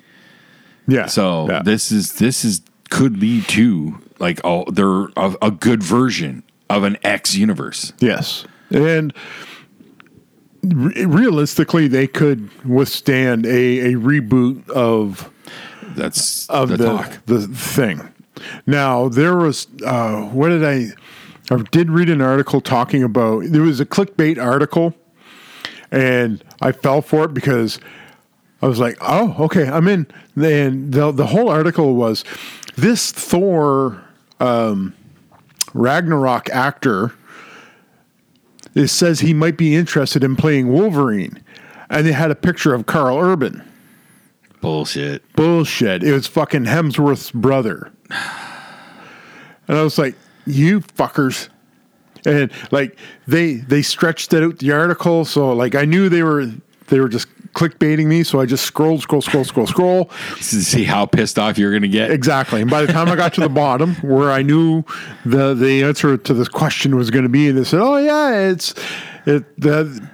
[SPEAKER 8] Yeah.
[SPEAKER 7] so
[SPEAKER 8] yeah.
[SPEAKER 7] this is this is could lead to like oh they're a, a good version of an X universe.
[SPEAKER 8] Yes. And re- realistically, they could withstand a, a reboot of
[SPEAKER 7] That's
[SPEAKER 8] of
[SPEAKER 7] the,
[SPEAKER 8] the,
[SPEAKER 7] talk.
[SPEAKER 8] the thing. Now there was uh, what did I? I did read an article talking about there was a clickbait article, and I fell for it because I was like, oh, okay, I'm in. And the the whole article was this Thor um, Ragnarok actor. It says he might be interested in playing Wolverine, and they had a picture of Carl Urban.
[SPEAKER 7] Bullshit.
[SPEAKER 8] Bullshit. It was fucking Hemsworth's brother. And I was like, you fuckers. And like they they stretched it out the article, so like I knew they were they were just clickbaiting me, so I just scrolled, scroll, scroll, scroll, scroll.
[SPEAKER 7] To see how pissed off you're gonna get.
[SPEAKER 8] Exactly. And by the time I got to the bottom where I knew the the answer to this question was going to be, they said, "Oh yeah, it's it the."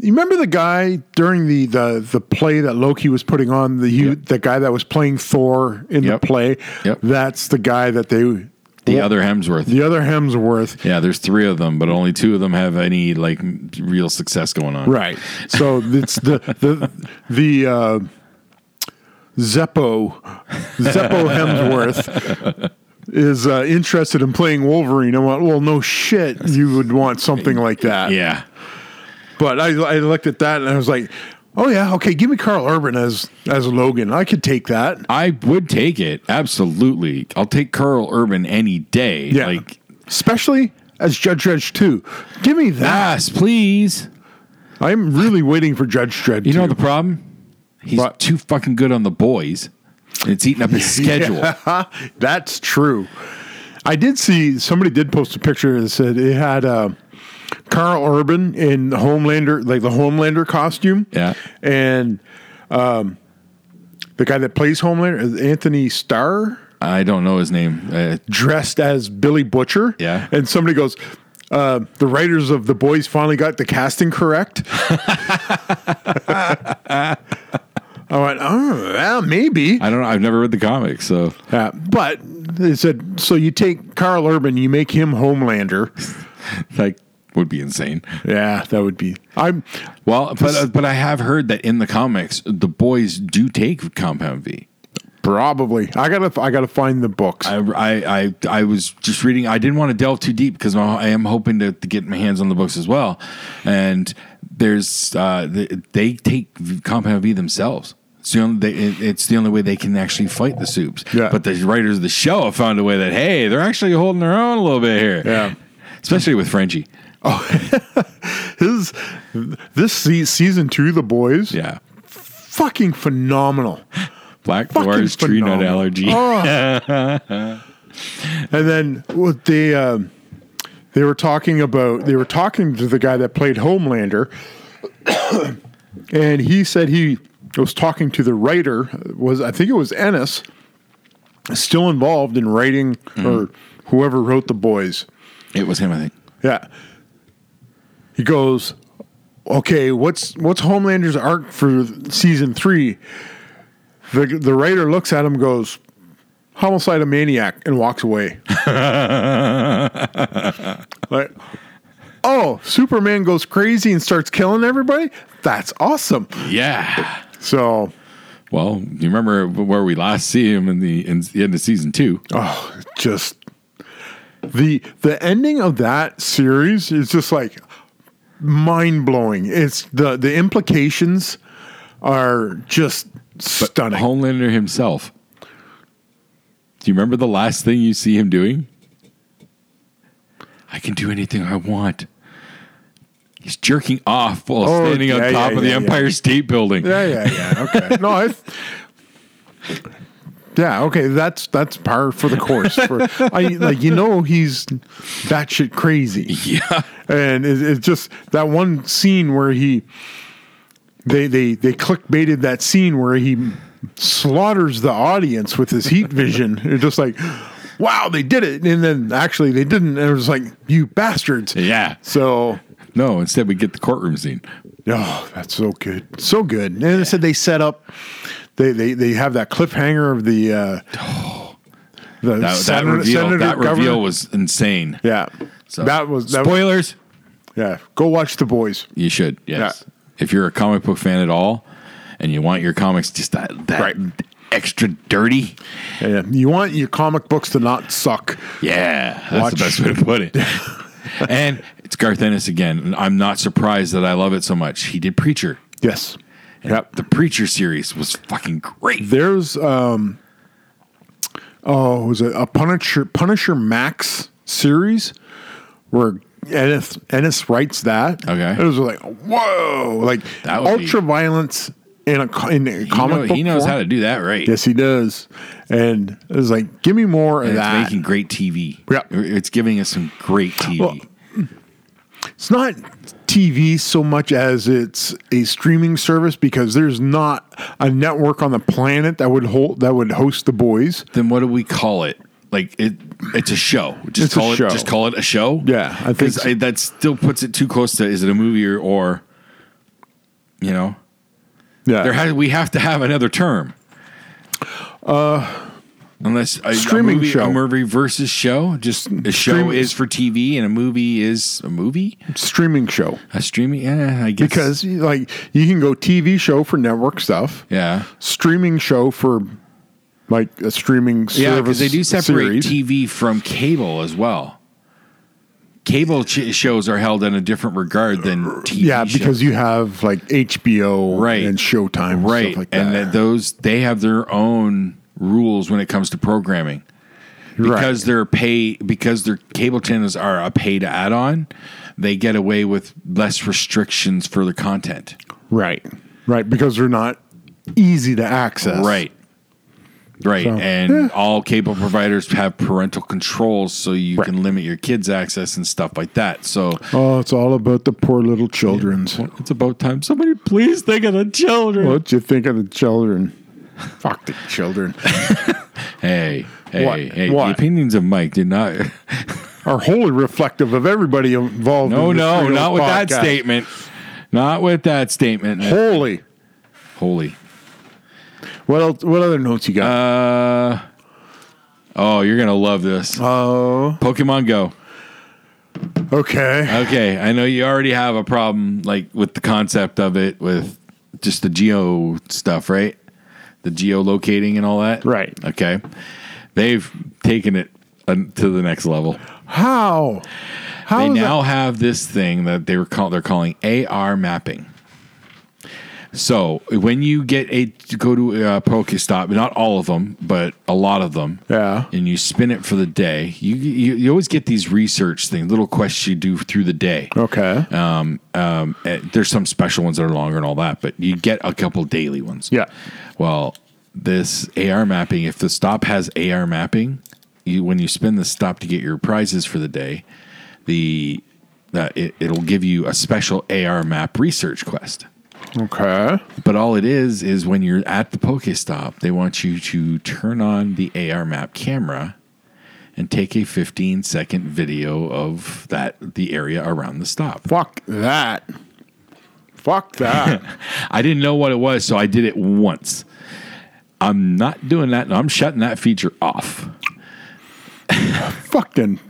[SPEAKER 8] You remember the guy during the, the, the play that Loki was putting on the you the guy that was playing Thor in
[SPEAKER 7] Yep.
[SPEAKER 8] the play.
[SPEAKER 7] Yep.
[SPEAKER 8] That's the guy that they
[SPEAKER 7] The other Hemsworth.
[SPEAKER 8] the other Hemsworth.
[SPEAKER 7] Yeah, there's three of them, but only two of them have any like m- real success going on.
[SPEAKER 8] Right. So it's the the the uh, Zeppo Zeppo Hemsworth is uh, interested in playing Wolverine. I went, well, no shit, you would want something like that.
[SPEAKER 7] Yeah.
[SPEAKER 8] But I I looked at that and I was like, oh yeah, okay, give me Carl Urban as as Logan. I could take that.
[SPEAKER 7] I would take it. Absolutely. I'll take Carl Urban any day.
[SPEAKER 8] Yeah.
[SPEAKER 7] Like,
[SPEAKER 8] Especially as Judge Dredd too. Give me that.
[SPEAKER 7] yes, please.
[SPEAKER 8] I'm really waiting for Judge Dredd.
[SPEAKER 7] You know
[SPEAKER 8] 2.
[SPEAKER 7] the problem? He's
[SPEAKER 8] What?
[SPEAKER 7] too fucking good on the boys. It's eating up his schedule.
[SPEAKER 8] That's true. I did see somebody did post a picture that said it had uh, Carl Urban in Homelander, like the Homelander costume.
[SPEAKER 7] Yeah.
[SPEAKER 8] And um, the guy that plays Homelander, Anthony Starr,
[SPEAKER 7] I don't know his name. Uh,
[SPEAKER 8] dressed as Billy Butcher.
[SPEAKER 7] Yeah.
[SPEAKER 8] And somebody goes, uh, the writers of The Boys finally got the casting correct. I went, oh, well, maybe.
[SPEAKER 7] I don't know. I've never read the comic, so
[SPEAKER 8] Uh, but they said, so you take Carl Urban, you make him Homelander.
[SPEAKER 7] that would be insane.
[SPEAKER 8] Yeah, that would be. I'm.
[SPEAKER 7] Well, but uh, but I have heard that in the comics, the boys do take Compound V.
[SPEAKER 8] Probably, I gotta, I gotta find the books.
[SPEAKER 7] I, I, I, I was just reading. I didn't want to delve too deep because I am hoping to, to get my hands on the books as well. And there's uh, the, they take Compound V themselves. It's the, only, they, it- it's the only way they can actually fight the soups.
[SPEAKER 8] Yeah.
[SPEAKER 7] But the writers of the show have found a way that hey, they're actually holding their own a little bit here.
[SPEAKER 8] Yeah.
[SPEAKER 7] Especially with Frenchie.
[SPEAKER 8] His this se- season two, the boys,
[SPEAKER 7] Yeah.
[SPEAKER 8] fucking phenomenal.
[SPEAKER 7] Black
[SPEAKER 8] Fucking
[SPEAKER 7] Dwarf's tree nut
[SPEAKER 8] phenomenal. Oh.
[SPEAKER 7] allergy.
[SPEAKER 8] And then what they um, they were talking about they were talking to the guy that played Homelander, and he said he was talking to the writer was I think it was Ennis, still involved in writing
[SPEAKER 7] Hmm.
[SPEAKER 8] or whoever wrote the boys.
[SPEAKER 7] It was him, I think.
[SPEAKER 8] Yeah. He goes, okay, what's what's Homelander's arc for season three? The the writer looks at him, and goes, homicide a maniac, and walks away. like, oh, Superman goes crazy and starts killing everybody. That's awesome.
[SPEAKER 7] Yeah.
[SPEAKER 8] So,
[SPEAKER 7] Well, you remember where we last see him in the in the end of season two.
[SPEAKER 8] oh, just the the ending of that series is just like mind blowing. It's the the implications are just stunning.
[SPEAKER 7] Homelander himself. Do you remember the last thing you see him doing? I can do anything I want. He's jerking off while
[SPEAKER 8] Oh,
[SPEAKER 7] standing on
[SPEAKER 8] yeah,
[SPEAKER 7] top
[SPEAKER 8] yeah,
[SPEAKER 7] of the
[SPEAKER 8] yeah,
[SPEAKER 7] Empire State Building.
[SPEAKER 8] yeah, yeah, yeah. Okay. No, I. Yeah, okay, that's that's par for the course. For I like you know he's that shit crazy.
[SPEAKER 7] Yeah.
[SPEAKER 8] and it, it's just that one scene where he they they they clickbaited that scene where he slaughters the audience with his heat vision. It's just like, wow, they did it, and then actually they didn't. And it was like, you bastards.
[SPEAKER 7] Yeah.
[SPEAKER 8] So,
[SPEAKER 7] No, instead we get the courtroom scene.
[SPEAKER 8] oh, that's so good, so good. And they said they set up, they they they have that cliffhanger of the. Uh, The
[SPEAKER 7] That,
[SPEAKER 8] senator,
[SPEAKER 7] that reveal,
[SPEAKER 8] senator
[SPEAKER 7] that reveal
[SPEAKER 8] governor.
[SPEAKER 7] was insane.
[SPEAKER 8] Yeah.
[SPEAKER 7] So,
[SPEAKER 8] that was that was-
[SPEAKER 7] spoilers.
[SPEAKER 8] yeah. Go watch the boys.
[SPEAKER 7] You should. Yes. If you're a comic book fan at all, and you want your comics just that, that
[SPEAKER 8] Right.
[SPEAKER 7] extra dirty,
[SPEAKER 8] Yeah. You want your comic books to not suck.
[SPEAKER 7] yeah, that's
[SPEAKER 8] Watch-
[SPEAKER 7] the best way to put it. and it's Garth Ennis again. and I'm not surprised that I love it so much. He did Preacher.
[SPEAKER 8] Yes. Yep.
[SPEAKER 7] The Preacher series was fucking great.
[SPEAKER 8] There's um oh, was it a Punisher Punisher Max series where Ennis, Ennis writes that.
[SPEAKER 7] Okay.
[SPEAKER 8] It was like whoa, like
[SPEAKER 7] That would be-
[SPEAKER 8] ultra violence in a co- in a
[SPEAKER 7] He,
[SPEAKER 8] comic
[SPEAKER 7] know-
[SPEAKER 8] book.
[SPEAKER 7] he knows
[SPEAKER 8] form.
[SPEAKER 7] how to do that right.
[SPEAKER 8] Yes, he does. And it was like, give me more of
[SPEAKER 7] And
[SPEAKER 8] that.
[SPEAKER 7] it's making great TV.
[SPEAKER 8] Yeah.
[SPEAKER 7] It's giving us some great TV.
[SPEAKER 8] Well, it's not TV so much as it's a streaming service because there's not a network on the planet that would hold that would host the boys.
[SPEAKER 7] then what do we call it? Like it, it's a show. Just
[SPEAKER 8] It's a
[SPEAKER 7] call it.
[SPEAKER 8] show.
[SPEAKER 7] Just call it a show.
[SPEAKER 8] Yeah, I think
[SPEAKER 7] 'Cause
[SPEAKER 8] so.
[SPEAKER 7] I- that still puts it too close to. Is it a movie or, or you know,
[SPEAKER 8] Yeah,
[SPEAKER 7] there has, we have to have another term. Uh, unless a,
[SPEAKER 8] streaming
[SPEAKER 7] a movie,
[SPEAKER 8] show.
[SPEAKER 7] a movie versus show. Just a show
[SPEAKER 8] Stream-
[SPEAKER 7] is for TV and a movie is a movie.
[SPEAKER 8] streaming show
[SPEAKER 7] A streaming, yeah, I guess
[SPEAKER 8] because like you can go TV show for network stuff,
[SPEAKER 7] yeah,
[SPEAKER 8] streaming show for like a streaming service.
[SPEAKER 7] yeah, because they do separate
[SPEAKER 8] series.
[SPEAKER 7] TV from cable as well. Cable ch- shows are held in a different regard than TV.
[SPEAKER 8] Yeah,
[SPEAKER 7] shows.
[SPEAKER 8] because you have like HBO
[SPEAKER 7] Right.
[SPEAKER 8] and Showtime,
[SPEAKER 7] right
[SPEAKER 8] Stuff like
[SPEAKER 7] and
[SPEAKER 8] that.
[SPEAKER 7] that those they have their own rules when it comes to programming
[SPEAKER 8] Right.
[SPEAKER 7] because they're pay because their cable channels are a paid add-on they get away with less restrictions for the content
[SPEAKER 8] right, right, because they're not easy to access.
[SPEAKER 7] right right
[SPEAKER 8] So,
[SPEAKER 7] and
[SPEAKER 8] yeah.
[SPEAKER 7] all cable providers have parental controls so you
[SPEAKER 8] Right.
[SPEAKER 7] can limit your kids access and stuff like that so
[SPEAKER 8] Oh, it's all about the poor little children's.
[SPEAKER 7] it's about time somebody please think of the children
[SPEAKER 8] What you think of the children? Fuck the children.
[SPEAKER 7] hey hey
[SPEAKER 8] What?
[SPEAKER 7] hey
[SPEAKER 8] What?
[SPEAKER 7] the opinions of mike did not
[SPEAKER 8] Are wholly reflective of everybody involved.
[SPEAKER 7] No,
[SPEAKER 8] in this
[SPEAKER 7] no,
[SPEAKER 8] Fritos
[SPEAKER 7] not with that
[SPEAKER 8] podcast.
[SPEAKER 7] statement. Not with that statement.
[SPEAKER 8] Holy.
[SPEAKER 7] Holy.
[SPEAKER 8] What else, What other notes you got?
[SPEAKER 7] Uh, oh, you're gonna love this.
[SPEAKER 8] Oh,
[SPEAKER 7] Pokemon Go.
[SPEAKER 8] okay.
[SPEAKER 7] Okay, I know you already have a problem like with the concept of it, with just the geo stuff, right? The geolocating and all that.
[SPEAKER 8] Right.
[SPEAKER 7] Okay. They've taken it um, to the next level.
[SPEAKER 8] How? How
[SPEAKER 7] they
[SPEAKER 8] is
[SPEAKER 7] now have this thing that they were call, they're calling AR mapping. So when you get a to go to a Pokestop, not all of them, but a lot of them,
[SPEAKER 8] Yeah.
[SPEAKER 7] and you spin it for the day, you you, you always get these research things, little quests you do through the day.
[SPEAKER 8] that? Okay.
[SPEAKER 7] Um, um, eh, there's some special ones that are longer and all that, but you get a couple daily ones.
[SPEAKER 8] Yeah.
[SPEAKER 7] Well, this AR mapping, if the stop has AR mapping, you when you spin the stop to get your prizes for the day, the uh, it, it'll give you a special AR map research quest.
[SPEAKER 8] Okay.
[SPEAKER 7] But all it is is when you're at the Pokestop, they want you to turn on the AR map camera and take a 15 second video of that the area around the stop.
[SPEAKER 8] Fuck that. Fuck that.
[SPEAKER 7] I didn't know what it was, so I did it once. I'm not doing that. and I'm shutting that feature off.
[SPEAKER 8] Fucking.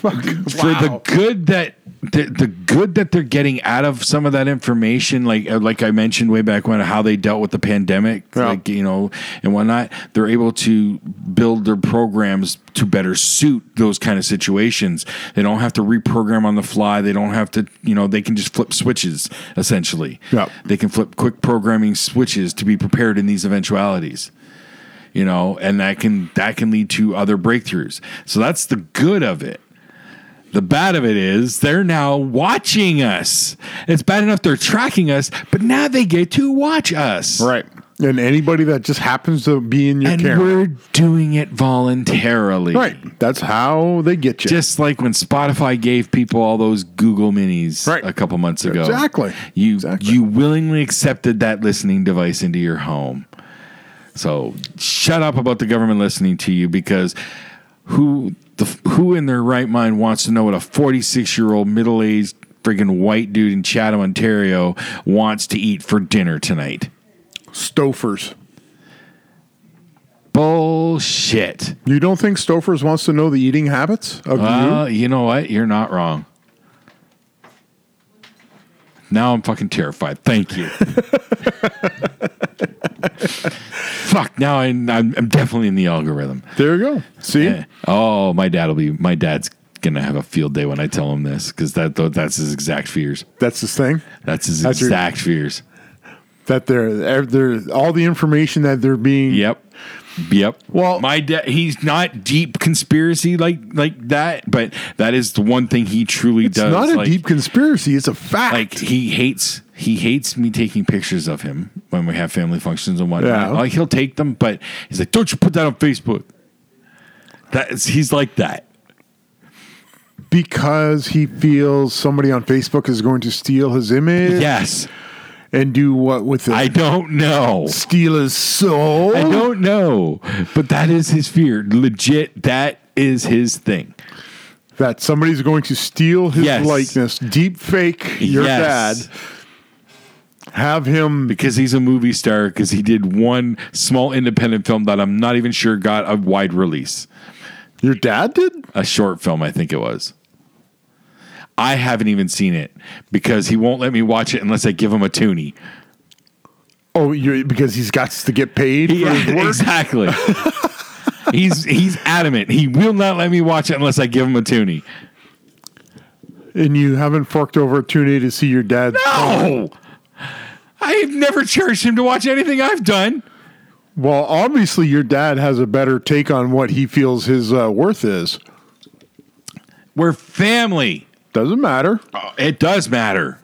[SPEAKER 7] For the good that the, the good that they're getting out of some of that information, like uh, like I mentioned way back when, how they dealt with the pandemic,
[SPEAKER 8] Yeah.
[SPEAKER 7] like you know, and whatnot, they're able to build their programs to better suit those kind of situations. They don't have to reprogram on the fly. They don't have to, you know, they can just flip switches essentially.
[SPEAKER 8] Yeah.
[SPEAKER 7] They can flip quick programming switches to be prepared in these eventualities. You know, and that can that can lead to other breakthroughs. So that's the good of it. The bad of it is they're now watching us. It's bad enough they're tracking us, but now they get to watch us.
[SPEAKER 8] Right. and anybody that just happens to be in your
[SPEAKER 7] and
[SPEAKER 8] camera.
[SPEAKER 7] we're doing it voluntarily.
[SPEAKER 8] Right. That's how they get you.
[SPEAKER 7] Just like when Spotify gave people all those Google Minis
[SPEAKER 8] Right.
[SPEAKER 7] a couple months ago.
[SPEAKER 8] Exactly.
[SPEAKER 7] You
[SPEAKER 8] Exactly.
[SPEAKER 7] you willingly accepted that listening device into your home. So shut up about the government listening to you because who the f- who in their right mind wants to know what a 46-year-old middle-aged freaking white dude in Chatham, Ontario wants to eat for dinner tonight?
[SPEAKER 8] Stofers.
[SPEAKER 7] Bullshit.
[SPEAKER 8] You don't think Stofers wants to know the eating habits of you?
[SPEAKER 7] Well, Uh, you know what? You're not wrong. Now I'm fucking terrified. Thank you. Fuck. Now I, I'm I'm definitely in the algorithm.
[SPEAKER 8] There you go. See?
[SPEAKER 7] Eh. Oh, my dad will be. My dad's gonna have a field day when I tell him this because that that's his exact fears.
[SPEAKER 8] That's his thing.
[SPEAKER 7] That's his
[SPEAKER 8] That's your-
[SPEAKER 7] exact fears.
[SPEAKER 8] That they're, they're all the information that they're being
[SPEAKER 7] Yep. Yep.
[SPEAKER 8] Well-
[SPEAKER 7] my dad, he's not deep conspiracy like like that, but that is the one thing he truly
[SPEAKER 8] It's
[SPEAKER 7] does.
[SPEAKER 8] not a
[SPEAKER 7] like-
[SPEAKER 8] deep conspiracy. It's a fact.
[SPEAKER 7] like he hates he hates me taking pictures of him when we have family functions and whatnot.
[SPEAKER 8] Yeah.
[SPEAKER 7] Like he'll take them, but he's like, "Don't you put that on Facebook?" That's he's like that.
[SPEAKER 8] because he feels somebody on Facebook is going to steal his image
[SPEAKER 7] Yes,
[SPEAKER 8] and do what with it?
[SPEAKER 7] I don't know.
[SPEAKER 8] steal his soul.
[SPEAKER 7] I don't know, but that is his fear. Legit, that is his thing.
[SPEAKER 8] that somebody's going to steal his
[SPEAKER 7] Yes.
[SPEAKER 8] likeness, deep fake your
[SPEAKER 7] Yes.
[SPEAKER 8] dad, have him
[SPEAKER 7] because he's a movie star. Because he did one small independent film that I'm not even sure got a wide release.
[SPEAKER 8] your dad did?
[SPEAKER 7] a short film, I think it was. I haven't even seen it because he won't let me watch it unless I give him a toonie.
[SPEAKER 8] Oh, you because he's got to get paid for his work.
[SPEAKER 7] exactly. he's he's adamant. He will not let me watch it unless I give him a toonie.
[SPEAKER 8] And you haven't forked over a toonie to see your dad's
[SPEAKER 7] No, I have never charged him to watch anything I've done.
[SPEAKER 8] Well, obviously your dad has a better take on what he feels his uh, worth is.
[SPEAKER 7] We're family.
[SPEAKER 8] Doesn't matter.
[SPEAKER 7] Oh, It does matter.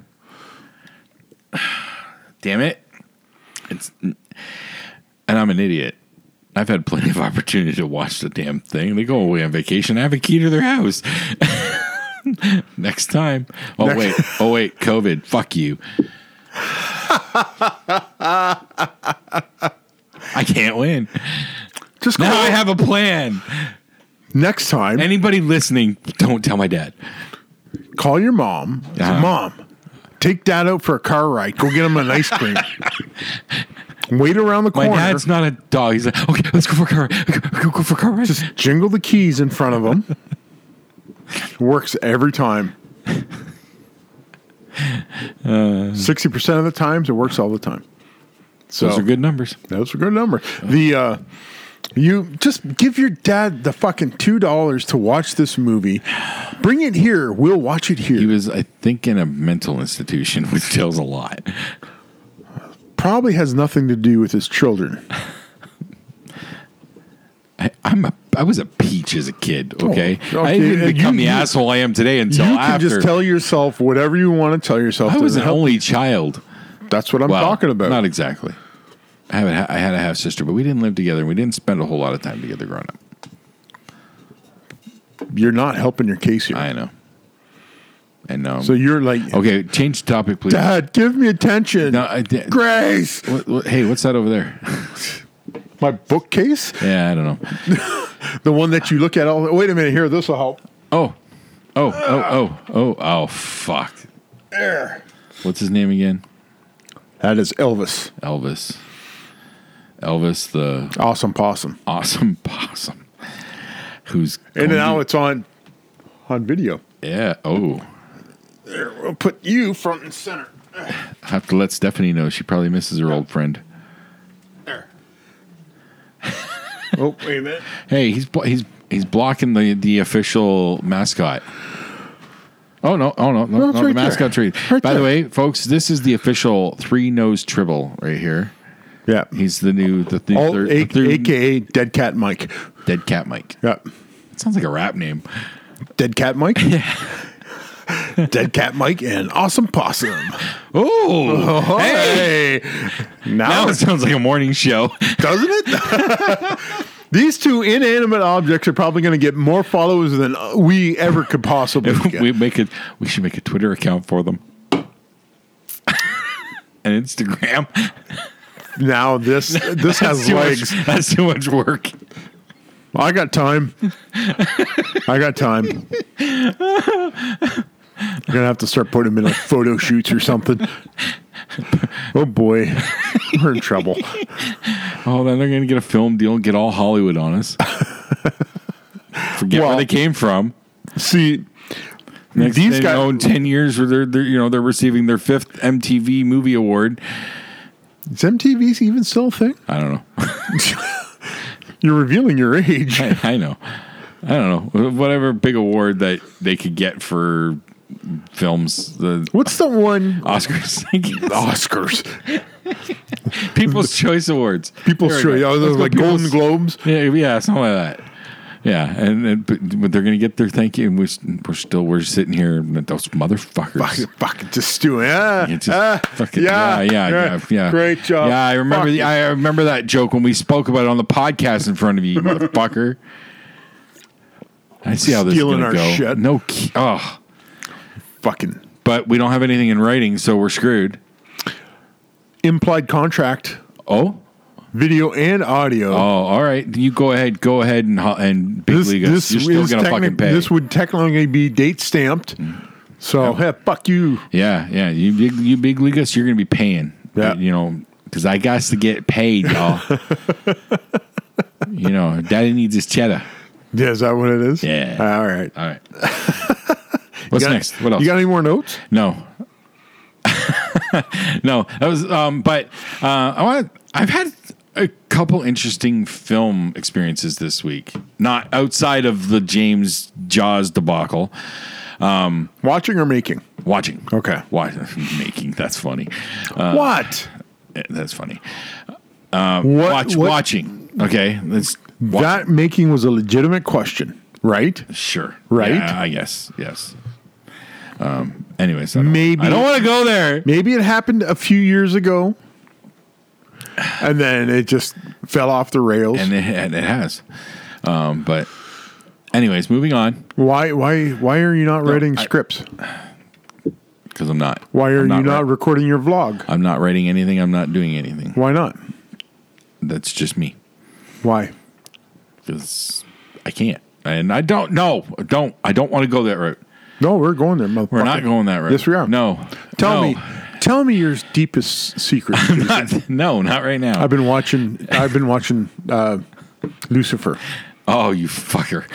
[SPEAKER 7] Damn it. It's and I'm an idiot. I've had plenty of opportunity to watch the damn thing. They go away on vacation. I have a key to their house. Next time. Oh
[SPEAKER 8] Next-
[SPEAKER 7] wait. Oh wait, COVID. Fuck you. I can't win.
[SPEAKER 8] Just
[SPEAKER 7] Now
[SPEAKER 8] call
[SPEAKER 7] I have a plan.
[SPEAKER 8] next time.
[SPEAKER 7] Anybody listening, don't tell my dad.
[SPEAKER 8] call your mom. Say,
[SPEAKER 7] Uh-huh.
[SPEAKER 8] Mom, take dad out for a car ride. Go get him an ice cream. Wait around the
[SPEAKER 7] My
[SPEAKER 8] corner.
[SPEAKER 7] dad's not a dog. He's like, okay, let's go for a car ride. Go, go for a car ride.
[SPEAKER 8] Just jingle the keys in front of him. Works every time.
[SPEAKER 7] Uh.
[SPEAKER 8] Sixty percent of the times, it works all the time. So
[SPEAKER 7] Those are good numbers.
[SPEAKER 8] Those are good number. The uh, you just give your dad the fucking two dollars to watch this movie. Bring it here. We'll watch it here.
[SPEAKER 7] He was, I think, in a mental institution, which tells a lot.
[SPEAKER 8] probably has nothing to do with his children.
[SPEAKER 7] I, I'm a, I was a peach as a kid. Okay,
[SPEAKER 8] Oh,
[SPEAKER 7] I
[SPEAKER 8] okay,
[SPEAKER 7] didn't
[SPEAKER 8] and
[SPEAKER 7] become
[SPEAKER 8] you-
[SPEAKER 7] the
[SPEAKER 8] you-
[SPEAKER 7] asshole I am today until
[SPEAKER 8] you can
[SPEAKER 7] after.
[SPEAKER 8] just tell yourself whatever you want to tell yourself.
[SPEAKER 7] I
[SPEAKER 8] to
[SPEAKER 7] was an
[SPEAKER 8] help.
[SPEAKER 7] only child.
[SPEAKER 8] That's what I'm
[SPEAKER 7] Well,
[SPEAKER 8] talking about.
[SPEAKER 7] Not e- exactly. I have a, I had a half sister, but we didn't live together. and We didn't spend a whole lot of time together growing up.
[SPEAKER 8] you're not helping your case here.
[SPEAKER 7] I know. I know.
[SPEAKER 8] so you're like,
[SPEAKER 7] okay, change the topic, please.
[SPEAKER 8] Dad, give me attention.
[SPEAKER 7] No, I did-
[SPEAKER 8] Grace,
[SPEAKER 7] What- what- hey, what's that over there?
[SPEAKER 8] my bookcase,
[SPEAKER 7] yeah, I don't know.
[SPEAKER 8] the one that you look at. All wait a minute, here, this will help.
[SPEAKER 7] Oh, oh, oh, oh, oh, oh, fuck. What's his name again?
[SPEAKER 8] That is Elvis,
[SPEAKER 7] Elvis. Elvis, the
[SPEAKER 8] awesome possum,
[SPEAKER 7] awesome possum, who's
[SPEAKER 8] and
[SPEAKER 7] going
[SPEAKER 8] now
[SPEAKER 7] to-
[SPEAKER 8] it's on on video.
[SPEAKER 7] yeah. Oh,
[SPEAKER 8] There, we'll put you front and center.
[SPEAKER 7] I have to let Stephanie know. She probably misses her old friend.
[SPEAKER 8] There. oh wait a minute.
[SPEAKER 7] Hey, he's blo- he's he's blocking the the official mascot. Oh no! Oh no! No,
[SPEAKER 8] No, it's
[SPEAKER 7] no, the
[SPEAKER 8] right there.
[SPEAKER 7] mascot tree.
[SPEAKER 8] Right
[SPEAKER 7] By
[SPEAKER 8] there.
[SPEAKER 7] the way, folks, this is the official three nose tribble right here.
[SPEAKER 8] Yeah.
[SPEAKER 7] He's the new the, the,
[SPEAKER 8] All,
[SPEAKER 7] third, the
[SPEAKER 8] a,
[SPEAKER 7] third
[SPEAKER 8] AKA Dead Cat Mike.
[SPEAKER 7] dead cat Mike.
[SPEAKER 8] Yeah.
[SPEAKER 7] Sounds like a rap name.
[SPEAKER 8] Dead Cat Mike? Dead Cat Mike and Awesome Possum.
[SPEAKER 7] Oh,
[SPEAKER 8] Hey, now,
[SPEAKER 7] now it sounds like a morning show.
[SPEAKER 8] doesn't it? These two inanimate objects are probably going to get more followers than we ever could possibly get.
[SPEAKER 7] we make it. We should make a Twitter account for them, an Instagram.
[SPEAKER 8] now this this has
[SPEAKER 7] too
[SPEAKER 8] legs.
[SPEAKER 7] Much, that's too much work.
[SPEAKER 8] I got time. I got time. You're gonna have to start putting him in like photo shoots or something. Oh boy, we're in trouble.
[SPEAKER 7] Oh, then they're gonna get a film deal and get all Hollywood on us. Forget
[SPEAKER 8] Well-
[SPEAKER 7] where they came from.
[SPEAKER 8] See,
[SPEAKER 7] Next
[SPEAKER 8] These
[SPEAKER 7] these
[SPEAKER 8] guys-
[SPEAKER 7] guys own ten years where they're, they're you know they're receiving their fifth MTV Movie Award.
[SPEAKER 8] is MTV's even still a thing?
[SPEAKER 7] I don't know.
[SPEAKER 8] You're revealing your age.
[SPEAKER 7] I, I know. I don't know. Whatever big award that they could get for films, the
[SPEAKER 8] What's the one?
[SPEAKER 7] Oscars, I guess.
[SPEAKER 8] Oh. Oscars,
[SPEAKER 7] People's Choice Awards,
[SPEAKER 8] people's
[SPEAKER 7] There we
[SPEAKER 8] choice.
[SPEAKER 7] go.
[SPEAKER 8] Oh, those
[SPEAKER 7] Let's go
[SPEAKER 8] like Golden
[SPEAKER 7] People's-
[SPEAKER 8] Globes.
[SPEAKER 7] Yeah, yeah, something like that. Yeah, and, and but but they're gonna get their thank you, and we're, s- we're still we're sitting here with those motherfuckers.
[SPEAKER 8] Fuck, it, fuck, it, just do it. Ah,
[SPEAKER 7] It's just
[SPEAKER 8] ah,
[SPEAKER 7] fucking- yeah, yeah, yeah, yeah.
[SPEAKER 8] Great job.
[SPEAKER 7] Yeah, I remember.
[SPEAKER 8] Fuck
[SPEAKER 7] The,
[SPEAKER 8] it.
[SPEAKER 7] I remember that joke when we spoke about it on the podcast in front of you, you motherfucker. I see how this is
[SPEAKER 8] Stealing
[SPEAKER 7] going
[SPEAKER 8] our
[SPEAKER 7] to go.
[SPEAKER 8] shit.
[SPEAKER 7] No, ki- oh,
[SPEAKER 8] fucking
[SPEAKER 7] but we don't have anything in writing, so we're screwed.
[SPEAKER 8] implied contract,
[SPEAKER 7] Oh,
[SPEAKER 8] video and audio.
[SPEAKER 7] oh, all right. You go ahead. Go ahead and ho- and big league us. You're still
[SPEAKER 8] is
[SPEAKER 7] going to
[SPEAKER 8] technic-
[SPEAKER 7] fucking pay. Mm-hmm.
[SPEAKER 8] This would technically be date stamped. So yeah, fuck you.
[SPEAKER 7] yeah, yeah. You big you big league us. You're going to be paying.
[SPEAKER 8] Yeah.
[SPEAKER 7] you know, because I got to get paid, y'all. you know, Daddy needs his cheddar.
[SPEAKER 8] Yeah, is that what it is?
[SPEAKER 7] Yeah.
[SPEAKER 8] All right.
[SPEAKER 7] All right. What's
[SPEAKER 8] You got-
[SPEAKER 7] next? What else?
[SPEAKER 8] You got any more notes?
[SPEAKER 7] no. no, that was. Um, but uh, I want. I've had a couple interesting film experiences this week. Not outside of the James Jaws debacle.
[SPEAKER 8] Watching or making?
[SPEAKER 7] Watching.
[SPEAKER 8] Okay.
[SPEAKER 7] Watch, making. That's funny. Uh,
[SPEAKER 8] what?
[SPEAKER 7] Eh, That's funny.
[SPEAKER 8] What?
[SPEAKER 7] uh, Watch.
[SPEAKER 8] what-
[SPEAKER 7] Watching. Okay. Let's. Watch.
[SPEAKER 8] That making was a legitimate question, right?
[SPEAKER 7] Sure.
[SPEAKER 8] Right?
[SPEAKER 7] Yeah, I guess. Yes. Um. Anyways, I don't-
[SPEAKER 8] Maybe-
[SPEAKER 7] I don't want to go there.
[SPEAKER 8] Maybe it happened a few years ago, and then it just fell off the rails.
[SPEAKER 7] and it, and it has. Um, but, anyways, moving on
[SPEAKER 8] why? Why? Why are you not writing scripts?
[SPEAKER 7] because I'm not.
[SPEAKER 8] Why are
[SPEAKER 7] I'm
[SPEAKER 8] you not
[SPEAKER 7] wri-
[SPEAKER 8] recording your vlog?
[SPEAKER 7] I'm not writing anything. I'm not doing anything.
[SPEAKER 8] Why not?
[SPEAKER 7] That's just me
[SPEAKER 8] Why?
[SPEAKER 7] because I can't, and I don't. No, don't. I don't want to go that route.
[SPEAKER 8] No, we're going there, motherfucker.
[SPEAKER 7] We're not going that route.
[SPEAKER 8] Yes, we are.
[SPEAKER 7] No,
[SPEAKER 8] Tell
[SPEAKER 7] no.
[SPEAKER 8] me, tell me your deepest secret. Jason.
[SPEAKER 7] Not- no, not right now.
[SPEAKER 8] I've been watching. I've been watching uh, Lucifer.
[SPEAKER 7] oh, you fucker!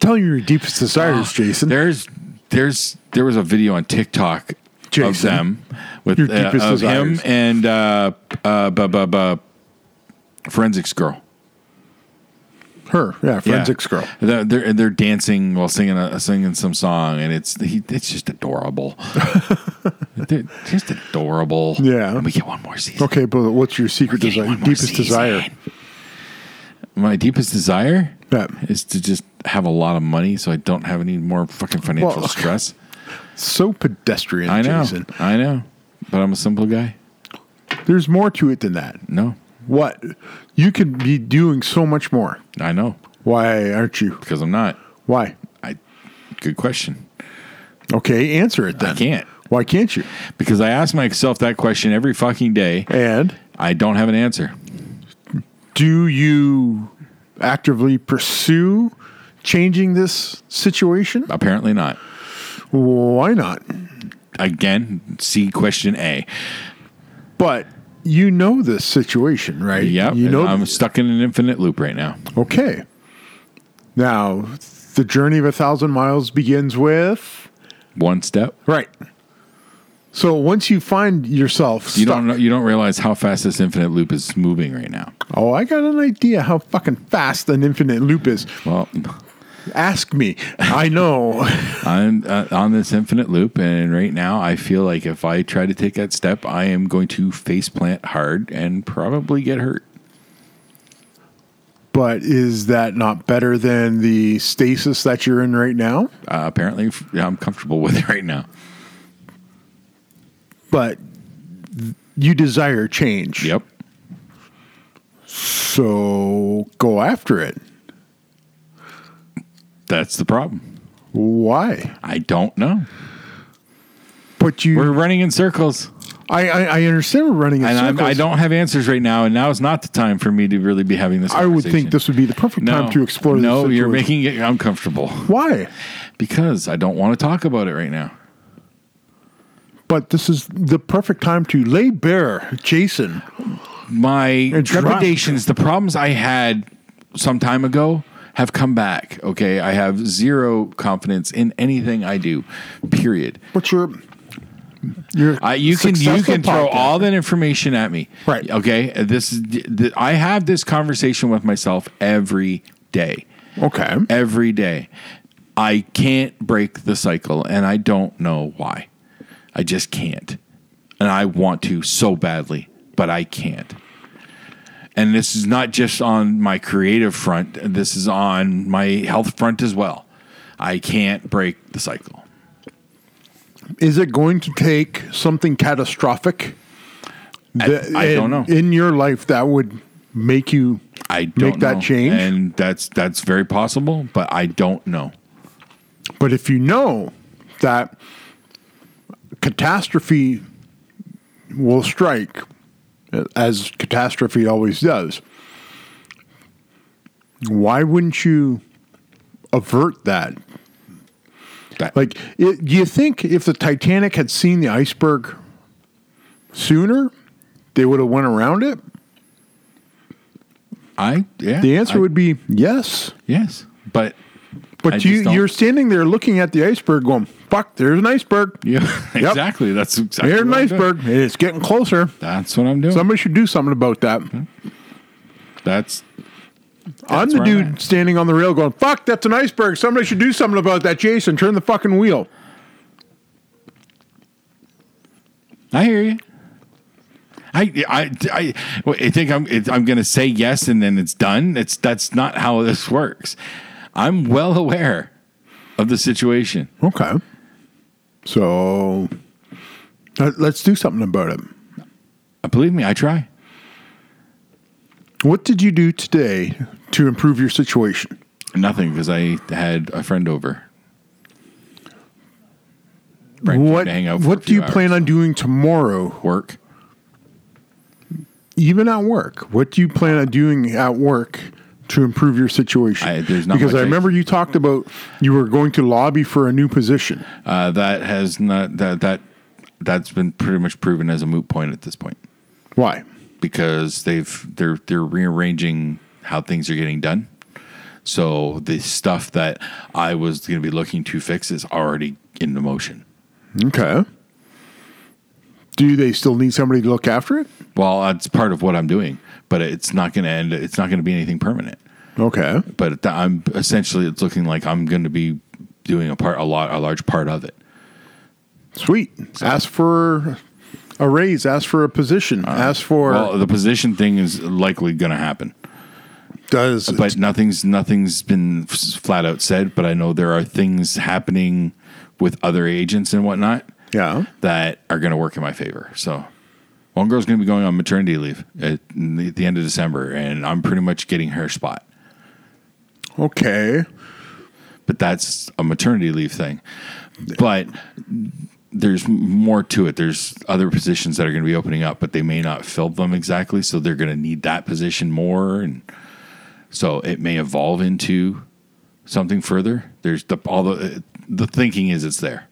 [SPEAKER 8] Tell me your deepest
[SPEAKER 7] Oh,
[SPEAKER 8] desires, Jason.
[SPEAKER 7] There's, there's, there was a video on TikTok of
[SPEAKER 8] Jason,
[SPEAKER 7] them with
[SPEAKER 8] your
[SPEAKER 7] uh,
[SPEAKER 8] deepest
[SPEAKER 7] of him
[SPEAKER 8] desires.
[SPEAKER 7] and uh, uh, bu- bu- bu- forensics girl.
[SPEAKER 8] Her, yeah, forensics girl.
[SPEAKER 7] They're, they're they're dancing while singing a, singing some song, and it's he, it's just adorable. They're just adorable.
[SPEAKER 8] Yeah.
[SPEAKER 7] and we get one more season.
[SPEAKER 8] Okay, but what's your secret
[SPEAKER 7] Getting
[SPEAKER 8] desire?
[SPEAKER 7] one more
[SPEAKER 8] Deepest desire.
[SPEAKER 7] season. My deepest desire
[SPEAKER 8] Yeah.
[SPEAKER 7] is to just have a lot of money, so I don't have any more fucking financial
[SPEAKER 8] Well,
[SPEAKER 7] stress.
[SPEAKER 8] So pedestrian,
[SPEAKER 7] I know,
[SPEAKER 8] Jason.
[SPEAKER 7] I know, but I'm a simple guy.
[SPEAKER 8] There's more to it than that.
[SPEAKER 7] No,
[SPEAKER 8] What? You could be doing so much more.
[SPEAKER 7] I know
[SPEAKER 8] Why aren't you?
[SPEAKER 7] because I'm not.
[SPEAKER 8] Why?
[SPEAKER 7] I good question
[SPEAKER 8] Okay, answer it then.
[SPEAKER 7] can't.
[SPEAKER 8] Why can't you?
[SPEAKER 7] because I ask myself that question every fucking day.
[SPEAKER 8] And
[SPEAKER 7] I don't have an answer.
[SPEAKER 8] do you actively pursue changing this situation?
[SPEAKER 7] Apparently not.
[SPEAKER 8] Why not?
[SPEAKER 7] again, see question A.
[SPEAKER 8] But you know this situation, right?
[SPEAKER 7] Yeah,
[SPEAKER 8] You know.
[SPEAKER 7] I'm stuck in an infinite loop right now.
[SPEAKER 8] okay. Now, the journey of a thousand miles begins with
[SPEAKER 7] One step.
[SPEAKER 8] right. So once you find yourself,
[SPEAKER 7] You
[SPEAKER 8] stuck,
[SPEAKER 7] don't know, you don't realize how fast this infinite loop is moving right now.
[SPEAKER 8] Oh, I got an idea how fucking fast an infinite loop is.
[SPEAKER 7] Well,
[SPEAKER 8] Ask me. I know.
[SPEAKER 7] I'm uh, on this infinite loop, and right now I feel like if I try to take that step, I am going to face plant hard and probably get hurt.
[SPEAKER 8] But is that not better than the stasis that you're in right now?
[SPEAKER 7] Uh, apparently, f- yeah, I'm comfortable with it right now.
[SPEAKER 8] But you desire change.
[SPEAKER 7] Yep.
[SPEAKER 8] So go after it.
[SPEAKER 7] That's the problem.
[SPEAKER 8] Why?
[SPEAKER 7] I don't know.
[SPEAKER 8] But you,
[SPEAKER 7] We're running in circles,
[SPEAKER 8] I, I, I understand we're running in
[SPEAKER 7] and I'm,
[SPEAKER 8] circles.
[SPEAKER 7] I don't have answers right now. And now is not the time for me to really be having this.
[SPEAKER 8] I would
[SPEAKER 7] conversation.
[SPEAKER 8] think this would be the perfect
[SPEAKER 7] no,
[SPEAKER 8] time to explore. this
[SPEAKER 7] No, you're
[SPEAKER 8] situation.
[SPEAKER 7] making it uncomfortable
[SPEAKER 8] why?
[SPEAKER 7] because I don't want to talk about it right now.
[SPEAKER 8] But this is the perfect time to lay bare Jason.
[SPEAKER 7] my
[SPEAKER 8] It's
[SPEAKER 7] trepidations, the problems I had some time ago have come back. Okay. I have zero confidence in anything I do, period.
[SPEAKER 8] What's your your
[SPEAKER 7] I, you can you
[SPEAKER 8] successful
[SPEAKER 7] can throw
[SPEAKER 8] podcast?
[SPEAKER 7] all that information at me,
[SPEAKER 8] Right.
[SPEAKER 7] Okay, this is th- I have this conversation with myself every day,
[SPEAKER 8] Okay.
[SPEAKER 7] every day. I can't break the cycle, and I don't know why. I just can't, and I want to so badly, but I can't. And this is not just on my creative front. This is on my health front as well. I can't break the cycle.
[SPEAKER 8] Is it going to take something catastrophic?
[SPEAKER 7] I-
[SPEAKER 8] that-
[SPEAKER 7] I don't know.
[SPEAKER 8] In your life that would make you
[SPEAKER 7] I don't
[SPEAKER 8] make that
[SPEAKER 7] know.
[SPEAKER 8] change.
[SPEAKER 7] and that's that's very possible, but I don't know.
[SPEAKER 8] But if you know that catastrophe will strike, as catastrophe always does, why wouldn't you avert that?
[SPEAKER 7] That,
[SPEAKER 8] Like, it, do you think if the Titanic had seen the iceberg sooner, they would have went around it?
[SPEAKER 7] I, yeah,
[SPEAKER 8] The answer
[SPEAKER 7] I-
[SPEAKER 8] would be yes.
[SPEAKER 7] yes, but I
[SPEAKER 8] But
[SPEAKER 7] just
[SPEAKER 8] you,
[SPEAKER 7] don't-
[SPEAKER 8] you're standing there looking at the iceberg, going, "Fuck! There's an iceberg.
[SPEAKER 7] yeah,
[SPEAKER 8] Yep.
[SPEAKER 7] exactly. That's exactly
[SPEAKER 8] There's an
[SPEAKER 7] what I'm doing.
[SPEAKER 8] iceberg. and It's getting closer."
[SPEAKER 7] That's what I'm doing.
[SPEAKER 8] Somebody should do something about that.
[SPEAKER 7] that's
[SPEAKER 8] I'm
[SPEAKER 7] That's
[SPEAKER 8] the
[SPEAKER 7] where I'm
[SPEAKER 8] dude
[SPEAKER 7] at.
[SPEAKER 8] standing on the rail going, fuck, that's an iceberg. Somebody should do something about that. Jason, turn the fucking wheel.
[SPEAKER 7] I hear you. I I I, well, I think I'm it, I'm going to say yes and then it's done. It's that's not how this works. I'm well aware of the situation.
[SPEAKER 8] Okay. So let- let's do something about it.
[SPEAKER 7] Uh, Believe me, I try.
[SPEAKER 8] What did you do today to improve your situation?
[SPEAKER 7] Nothing because I had a friend over. Frank came
[SPEAKER 8] what
[SPEAKER 7] to hang out for a
[SPEAKER 8] what do
[SPEAKER 7] few
[SPEAKER 8] you plan
[SPEAKER 7] hours.
[SPEAKER 8] on doing tomorrow,
[SPEAKER 7] Work.
[SPEAKER 8] even at work? What do you plan on doing at work to improve your situation?
[SPEAKER 7] I- there's not
[SPEAKER 8] because
[SPEAKER 7] much
[SPEAKER 8] I
[SPEAKER 7] I-
[SPEAKER 8] remember you talked about you were going to lobby for a new position.
[SPEAKER 7] Uh, that has not that that that's been pretty much proven as a moot point at this point
[SPEAKER 8] Why?
[SPEAKER 7] because they've they're they're rearranging how things are getting done. So the stuff that I was going to be looking to fix is already in the motion.
[SPEAKER 8] Okay. Do they still need somebody to look after it?
[SPEAKER 7] Well, that's part of what I'm doing, but it's not going to end. It's not going to be anything permanent.
[SPEAKER 8] Okay.
[SPEAKER 7] But th- I'm essentially it's looking like I'm going to be doing a part a lot a large part of it.
[SPEAKER 8] Sweet. Ask for a raise, ask for a position, ask for
[SPEAKER 7] Well, the position thing is likely going to happen.
[SPEAKER 8] does
[SPEAKER 7] but nothing's nothing's been f- flat out said. But I know there are things happening with other agents and whatnot
[SPEAKER 8] yeah.
[SPEAKER 7] that are going to work in my favor. So one girl's going to be going on maternity leave at the the end of December, and I'm pretty much getting her spot.
[SPEAKER 8] Okay.
[SPEAKER 7] But that's a maternity leave thing. But there's m- more to it. There's other positions that are going to be opening up, but they may not fill them exactly. So they're going to need that position more, and so it may evolve into something further. There's the all the the thinking is it's there.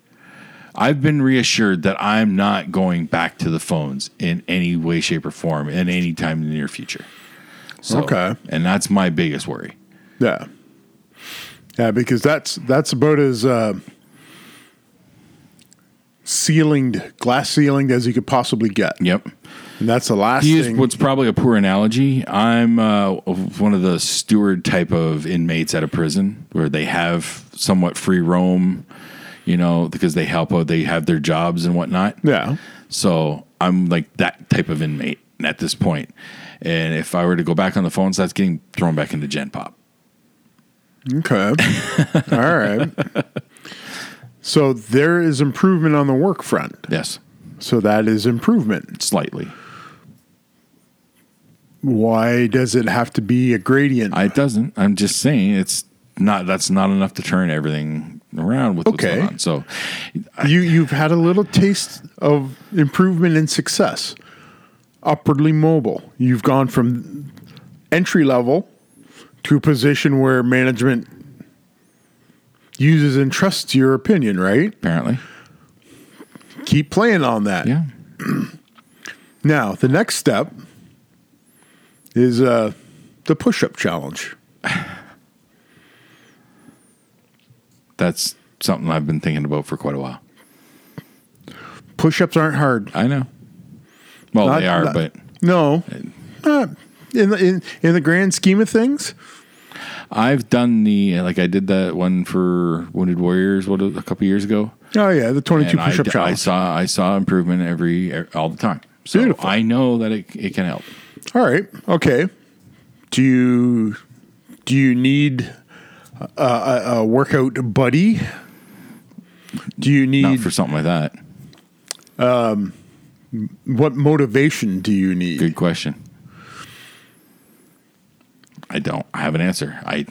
[SPEAKER 7] I've been reassured that I'm not going back to the phones in any way, shape, or form in any time in the near future. So,
[SPEAKER 8] Okay.
[SPEAKER 7] and that's my biggest worry.
[SPEAKER 8] Yeah. Yeah, because that's that's about as uh ceilinged glass ceilinged as you could possibly get.
[SPEAKER 7] Yep.
[SPEAKER 8] And that's the last
[SPEAKER 7] He is
[SPEAKER 8] thing.
[SPEAKER 7] what's probably a poor analogy. I'm uh, one of the steward type of inmates at a prison where they have somewhat free roam, you know, because uh, they help out, they have their jobs and whatnot.
[SPEAKER 8] yeah.
[SPEAKER 7] So I'm like that type of inmate. at this point. And if I were to go back on the phones, that's getting thrown back into Gen Pop.
[SPEAKER 8] Okay. All right. So there is improvement on the work front.
[SPEAKER 7] Yes,
[SPEAKER 8] So that is improvement.
[SPEAKER 7] slightly.
[SPEAKER 8] Why does it have to be a gradient?
[SPEAKER 7] I, it doesn't. I'm just saying it's not. That's not enough to turn everything around with what's
[SPEAKER 8] Okay.
[SPEAKER 7] going on. So
[SPEAKER 8] you you've had a little taste of improvement and success. Upwardly mobile. You've gone from entry level to a position where management uses and trusts your opinion, right?
[SPEAKER 7] apparently,
[SPEAKER 8] Keep playing on that.
[SPEAKER 7] yeah.
[SPEAKER 8] Now, the next step is uh, the push up challenge.
[SPEAKER 7] That's something I've been thinking about for quite a while.
[SPEAKER 8] Push ups aren't hard.
[SPEAKER 7] I know. Well,
[SPEAKER 8] Not-
[SPEAKER 7] they are,
[SPEAKER 8] not-
[SPEAKER 7] but
[SPEAKER 8] No. Not in, the, in, in the grand scheme of things,
[SPEAKER 7] I've done the like I did that one for Wounded Warriors what a couple years ago.
[SPEAKER 8] oh, yeah, the 22
[SPEAKER 7] And I,
[SPEAKER 8] push up
[SPEAKER 7] I
[SPEAKER 8] challenge.
[SPEAKER 7] saw I saw improvement every er, all the time. So
[SPEAKER 8] Beautiful.
[SPEAKER 7] I know that it, it can help.
[SPEAKER 8] All right. Okay. Do you do you need a, a, a workout buddy? Do you
[SPEAKER 7] Not
[SPEAKER 8] need
[SPEAKER 7] for something like that.
[SPEAKER 8] what motivation do you need?
[SPEAKER 7] Good question. I don't I have an answer. I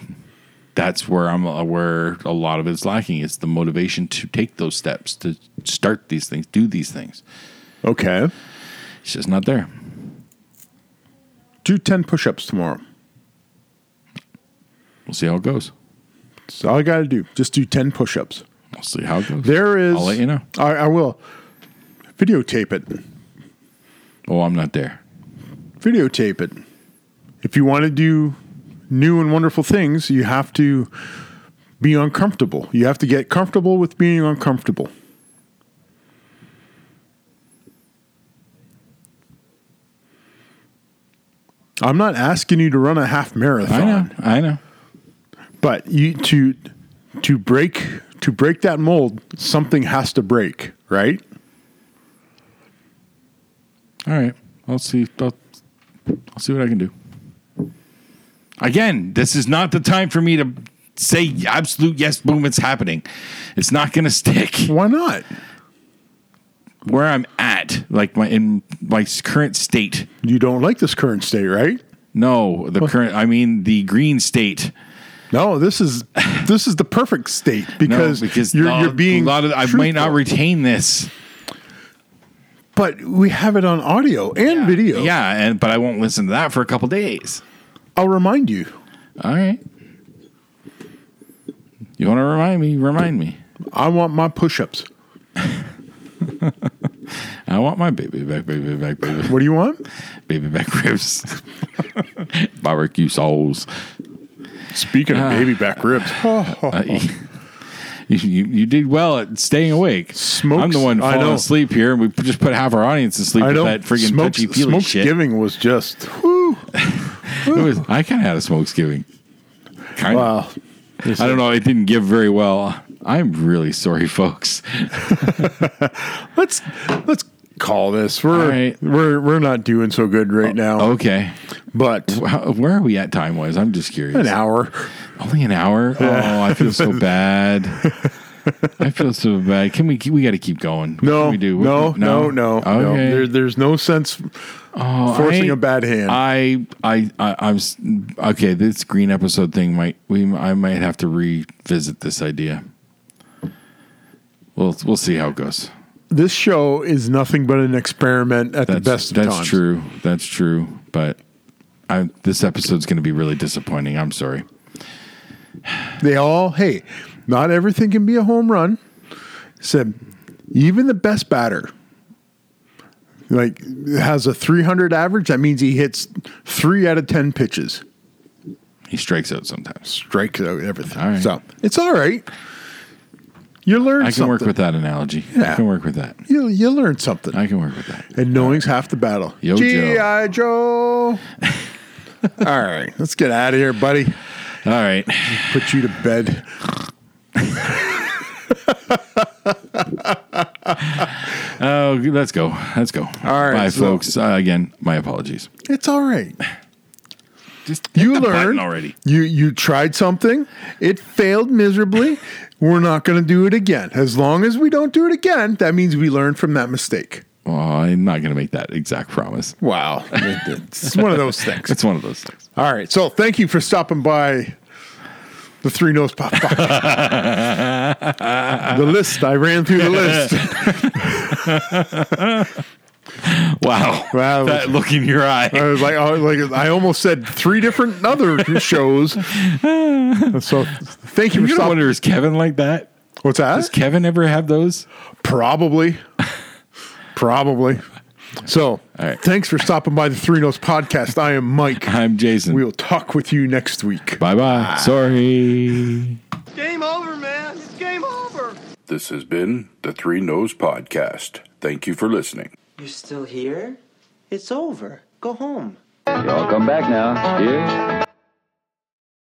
[SPEAKER 7] that's where I'm uh, where a lot of it's lacking is the motivation to take those steps to start these things, do these things.
[SPEAKER 8] Okay.
[SPEAKER 7] It's just not there.
[SPEAKER 8] Do 10 push-ups tomorrow.
[SPEAKER 7] We'll see how it goes.
[SPEAKER 8] That's all I got to do. Just do 10 push-ups.
[SPEAKER 7] We'll see how it goes.
[SPEAKER 8] There is
[SPEAKER 7] I'll let you know.
[SPEAKER 8] I, I will videotape it.
[SPEAKER 7] Oh, I'm not there.
[SPEAKER 8] Videotape it. If you want to do new and wonderful things, you have to be uncomfortable. You have to get comfortable with being uncomfortable. I'm not asking you to run a half
[SPEAKER 7] I know.
[SPEAKER 8] marathon,
[SPEAKER 7] I know.
[SPEAKER 8] but you to to break to break that mold, something has to break, right?
[SPEAKER 7] All right. I'll see. I'll, I'll see what I can do. Again, this is not the time for me to say absolute yes, boom, it's happening. It's not going to stick
[SPEAKER 8] Why not?
[SPEAKER 7] where I'm at, like my in my current state.
[SPEAKER 8] You don't like this current state, right?
[SPEAKER 7] No, the current. I mean, the green state.
[SPEAKER 8] No, this is this is the perfect state
[SPEAKER 7] No,
[SPEAKER 8] because, you're,
[SPEAKER 7] no,
[SPEAKER 8] you're being
[SPEAKER 7] a lot of. I might not
[SPEAKER 8] truthful.
[SPEAKER 7] retain this.
[SPEAKER 8] but we have it on audio and video.
[SPEAKER 7] Yeah, and but I won't listen to that for a couple days.
[SPEAKER 8] I'll remind you.
[SPEAKER 7] All right. You want to remind me? Remind me.
[SPEAKER 8] I want my push-ups.
[SPEAKER 7] I want my baby back, baby back, baby.
[SPEAKER 8] What do you want?
[SPEAKER 7] baby back ribs, barbecue sauce.
[SPEAKER 8] Speaking
[SPEAKER 7] Ah.
[SPEAKER 8] of baby back ribs,
[SPEAKER 7] Uh, you,
[SPEAKER 8] Oh.
[SPEAKER 7] you, you did well at staying awake.
[SPEAKER 8] Smokes-
[SPEAKER 7] I'm the one
[SPEAKER 8] I
[SPEAKER 7] falling
[SPEAKER 8] know.
[SPEAKER 7] asleep here, and we just put half our audience to sleep
[SPEAKER 8] I
[SPEAKER 7] with
[SPEAKER 8] know
[SPEAKER 7] that friggin'
[SPEAKER 8] smokes,
[SPEAKER 7] touchy feely
[SPEAKER 8] smokes
[SPEAKER 7] shit.
[SPEAKER 8] giving was just whew,
[SPEAKER 7] It was- I kind of had a smokes giving. Kind of.
[SPEAKER 8] wow.
[SPEAKER 7] I don't know. It didn't give very well. I'm really sorry, folks.
[SPEAKER 8] Let's let's call this. We're
[SPEAKER 7] All right. Oh.
[SPEAKER 8] we're we're not doing so good right now,
[SPEAKER 7] Okay.
[SPEAKER 8] but
[SPEAKER 7] How- Where are we at time wise? I'm just curious.
[SPEAKER 8] an hour.
[SPEAKER 7] Only an hour? Oh, I feel so bad. I feel so bad. Can we? keep- We got to keep going. What
[SPEAKER 8] No,
[SPEAKER 7] can we do? What-
[SPEAKER 8] no, no, no, no.
[SPEAKER 7] Okay.
[SPEAKER 8] There, there's no sense
[SPEAKER 7] Oh,
[SPEAKER 8] forcing
[SPEAKER 7] I-
[SPEAKER 8] a bad hand.
[SPEAKER 7] I, I, I, I'm s- okay. This green episode thing might we. I might have to revisit this idea. We'll we'll see how it goes.
[SPEAKER 8] this show is nothing but an experiment at
[SPEAKER 7] That's
[SPEAKER 8] the best of
[SPEAKER 7] that's
[SPEAKER 8] times.
[SPEAKER 7] true. That's true. But I, this episode's going to be really disappointing. I'm sorry.
[SPEAKER 8] They all, hey, not everything can be a home run. Said, even the best batter, like has a 300 average. That means he hits three out of 10 pitches,
[SPEAKER 7] He strikes out sometimes.
[SPEAKER 8] strikes out everything.
[SPEAKER 7] All right.
[SPEAKER 8] So it's all right. You learn
[SPEAKER 7] I can
[SPEAKER 8] something.
[SPEAKER 7] work with that analogy. I
[SPEAKER 8] Yeah.
[SPEAKER 7] can work with that.
[SPEAKER 8] You, you learn something.
[SPEAKER 7] I can work with that.
[SPEAKER 8] and knowing's half the battle.
[SPEAKER 7] Yo,
[SPEAKER 8] G.I. Joe. all right. Let's get out of here, buddy.
[SPEAKER 7] All right.
[SPEAKER 8] Put you to bed.
[SPEAKER 7] Oh, let's go. Let's go. All
[SPEAKER 8] right,
[SPEAKER 7] Bye,
[SPEAKER 8] so-
[SPEAKER 7] folks. Uh, again, my apologies.
[SPEAKER 8] It's all right.
[SPEAKER 7] Just
[SPEAKER 8] You
[SPEAKER 7] hit the button
[SPEAKER 8] learned
[SPEAKER 7] already.
[SPEAKER 8] You you tried something. It failed miserably. We're not going to do it again. As long as we don't do it again, that means we learned from that mistake.
[SPEAKER 7] Oh, I'm not going to make that exact promise.
[SPEAKER 8] Wow, it's one of those things.
[SPEAKER 7] It's one of those things.
[SPEAKER 8] All right. So thank you for stopping by the Three Nose Pop Podcast. the list. I ran through the list.
[SPEAKER 7] Wow.
[SPEAKER 8] Wow.
[SPEAKER 7] That look in your eye.
[SPEAKER 8] I was like, I, was like, I almost said three different other shows. So thank you
[SPEAKER 7] you
[SPEAKER 8] for
[SPEAKER 7] gonna
[SPEAKER 8] stopping.
[SPEAKER 7] wonder is Kevin like that?
[SPEAKER 8] What's that?
[SPEAKER 7] Does Kevin ever have those?
[SPEAKER 8] Probably. Probably. So
[SPEAKER 7] right.
[SPEAKER 8] thanks for stopping by the Three Nose Podcast. I am Mike.
[SPEAKER 7] I'm Jason.
[SPEAKER 8] We'll talk with you next week.
[SPEAKER 7] bye bye. Sorry.
[SPEAKER 4] Game over, man. It's game over.
[SPEAKER 3] This has been the Three Nose Podcast. Thank you for listening.
[SPEAKER 2] You're still here? It's over. Go home.
[SPEAKER 9] Y'all come back now. Cheers.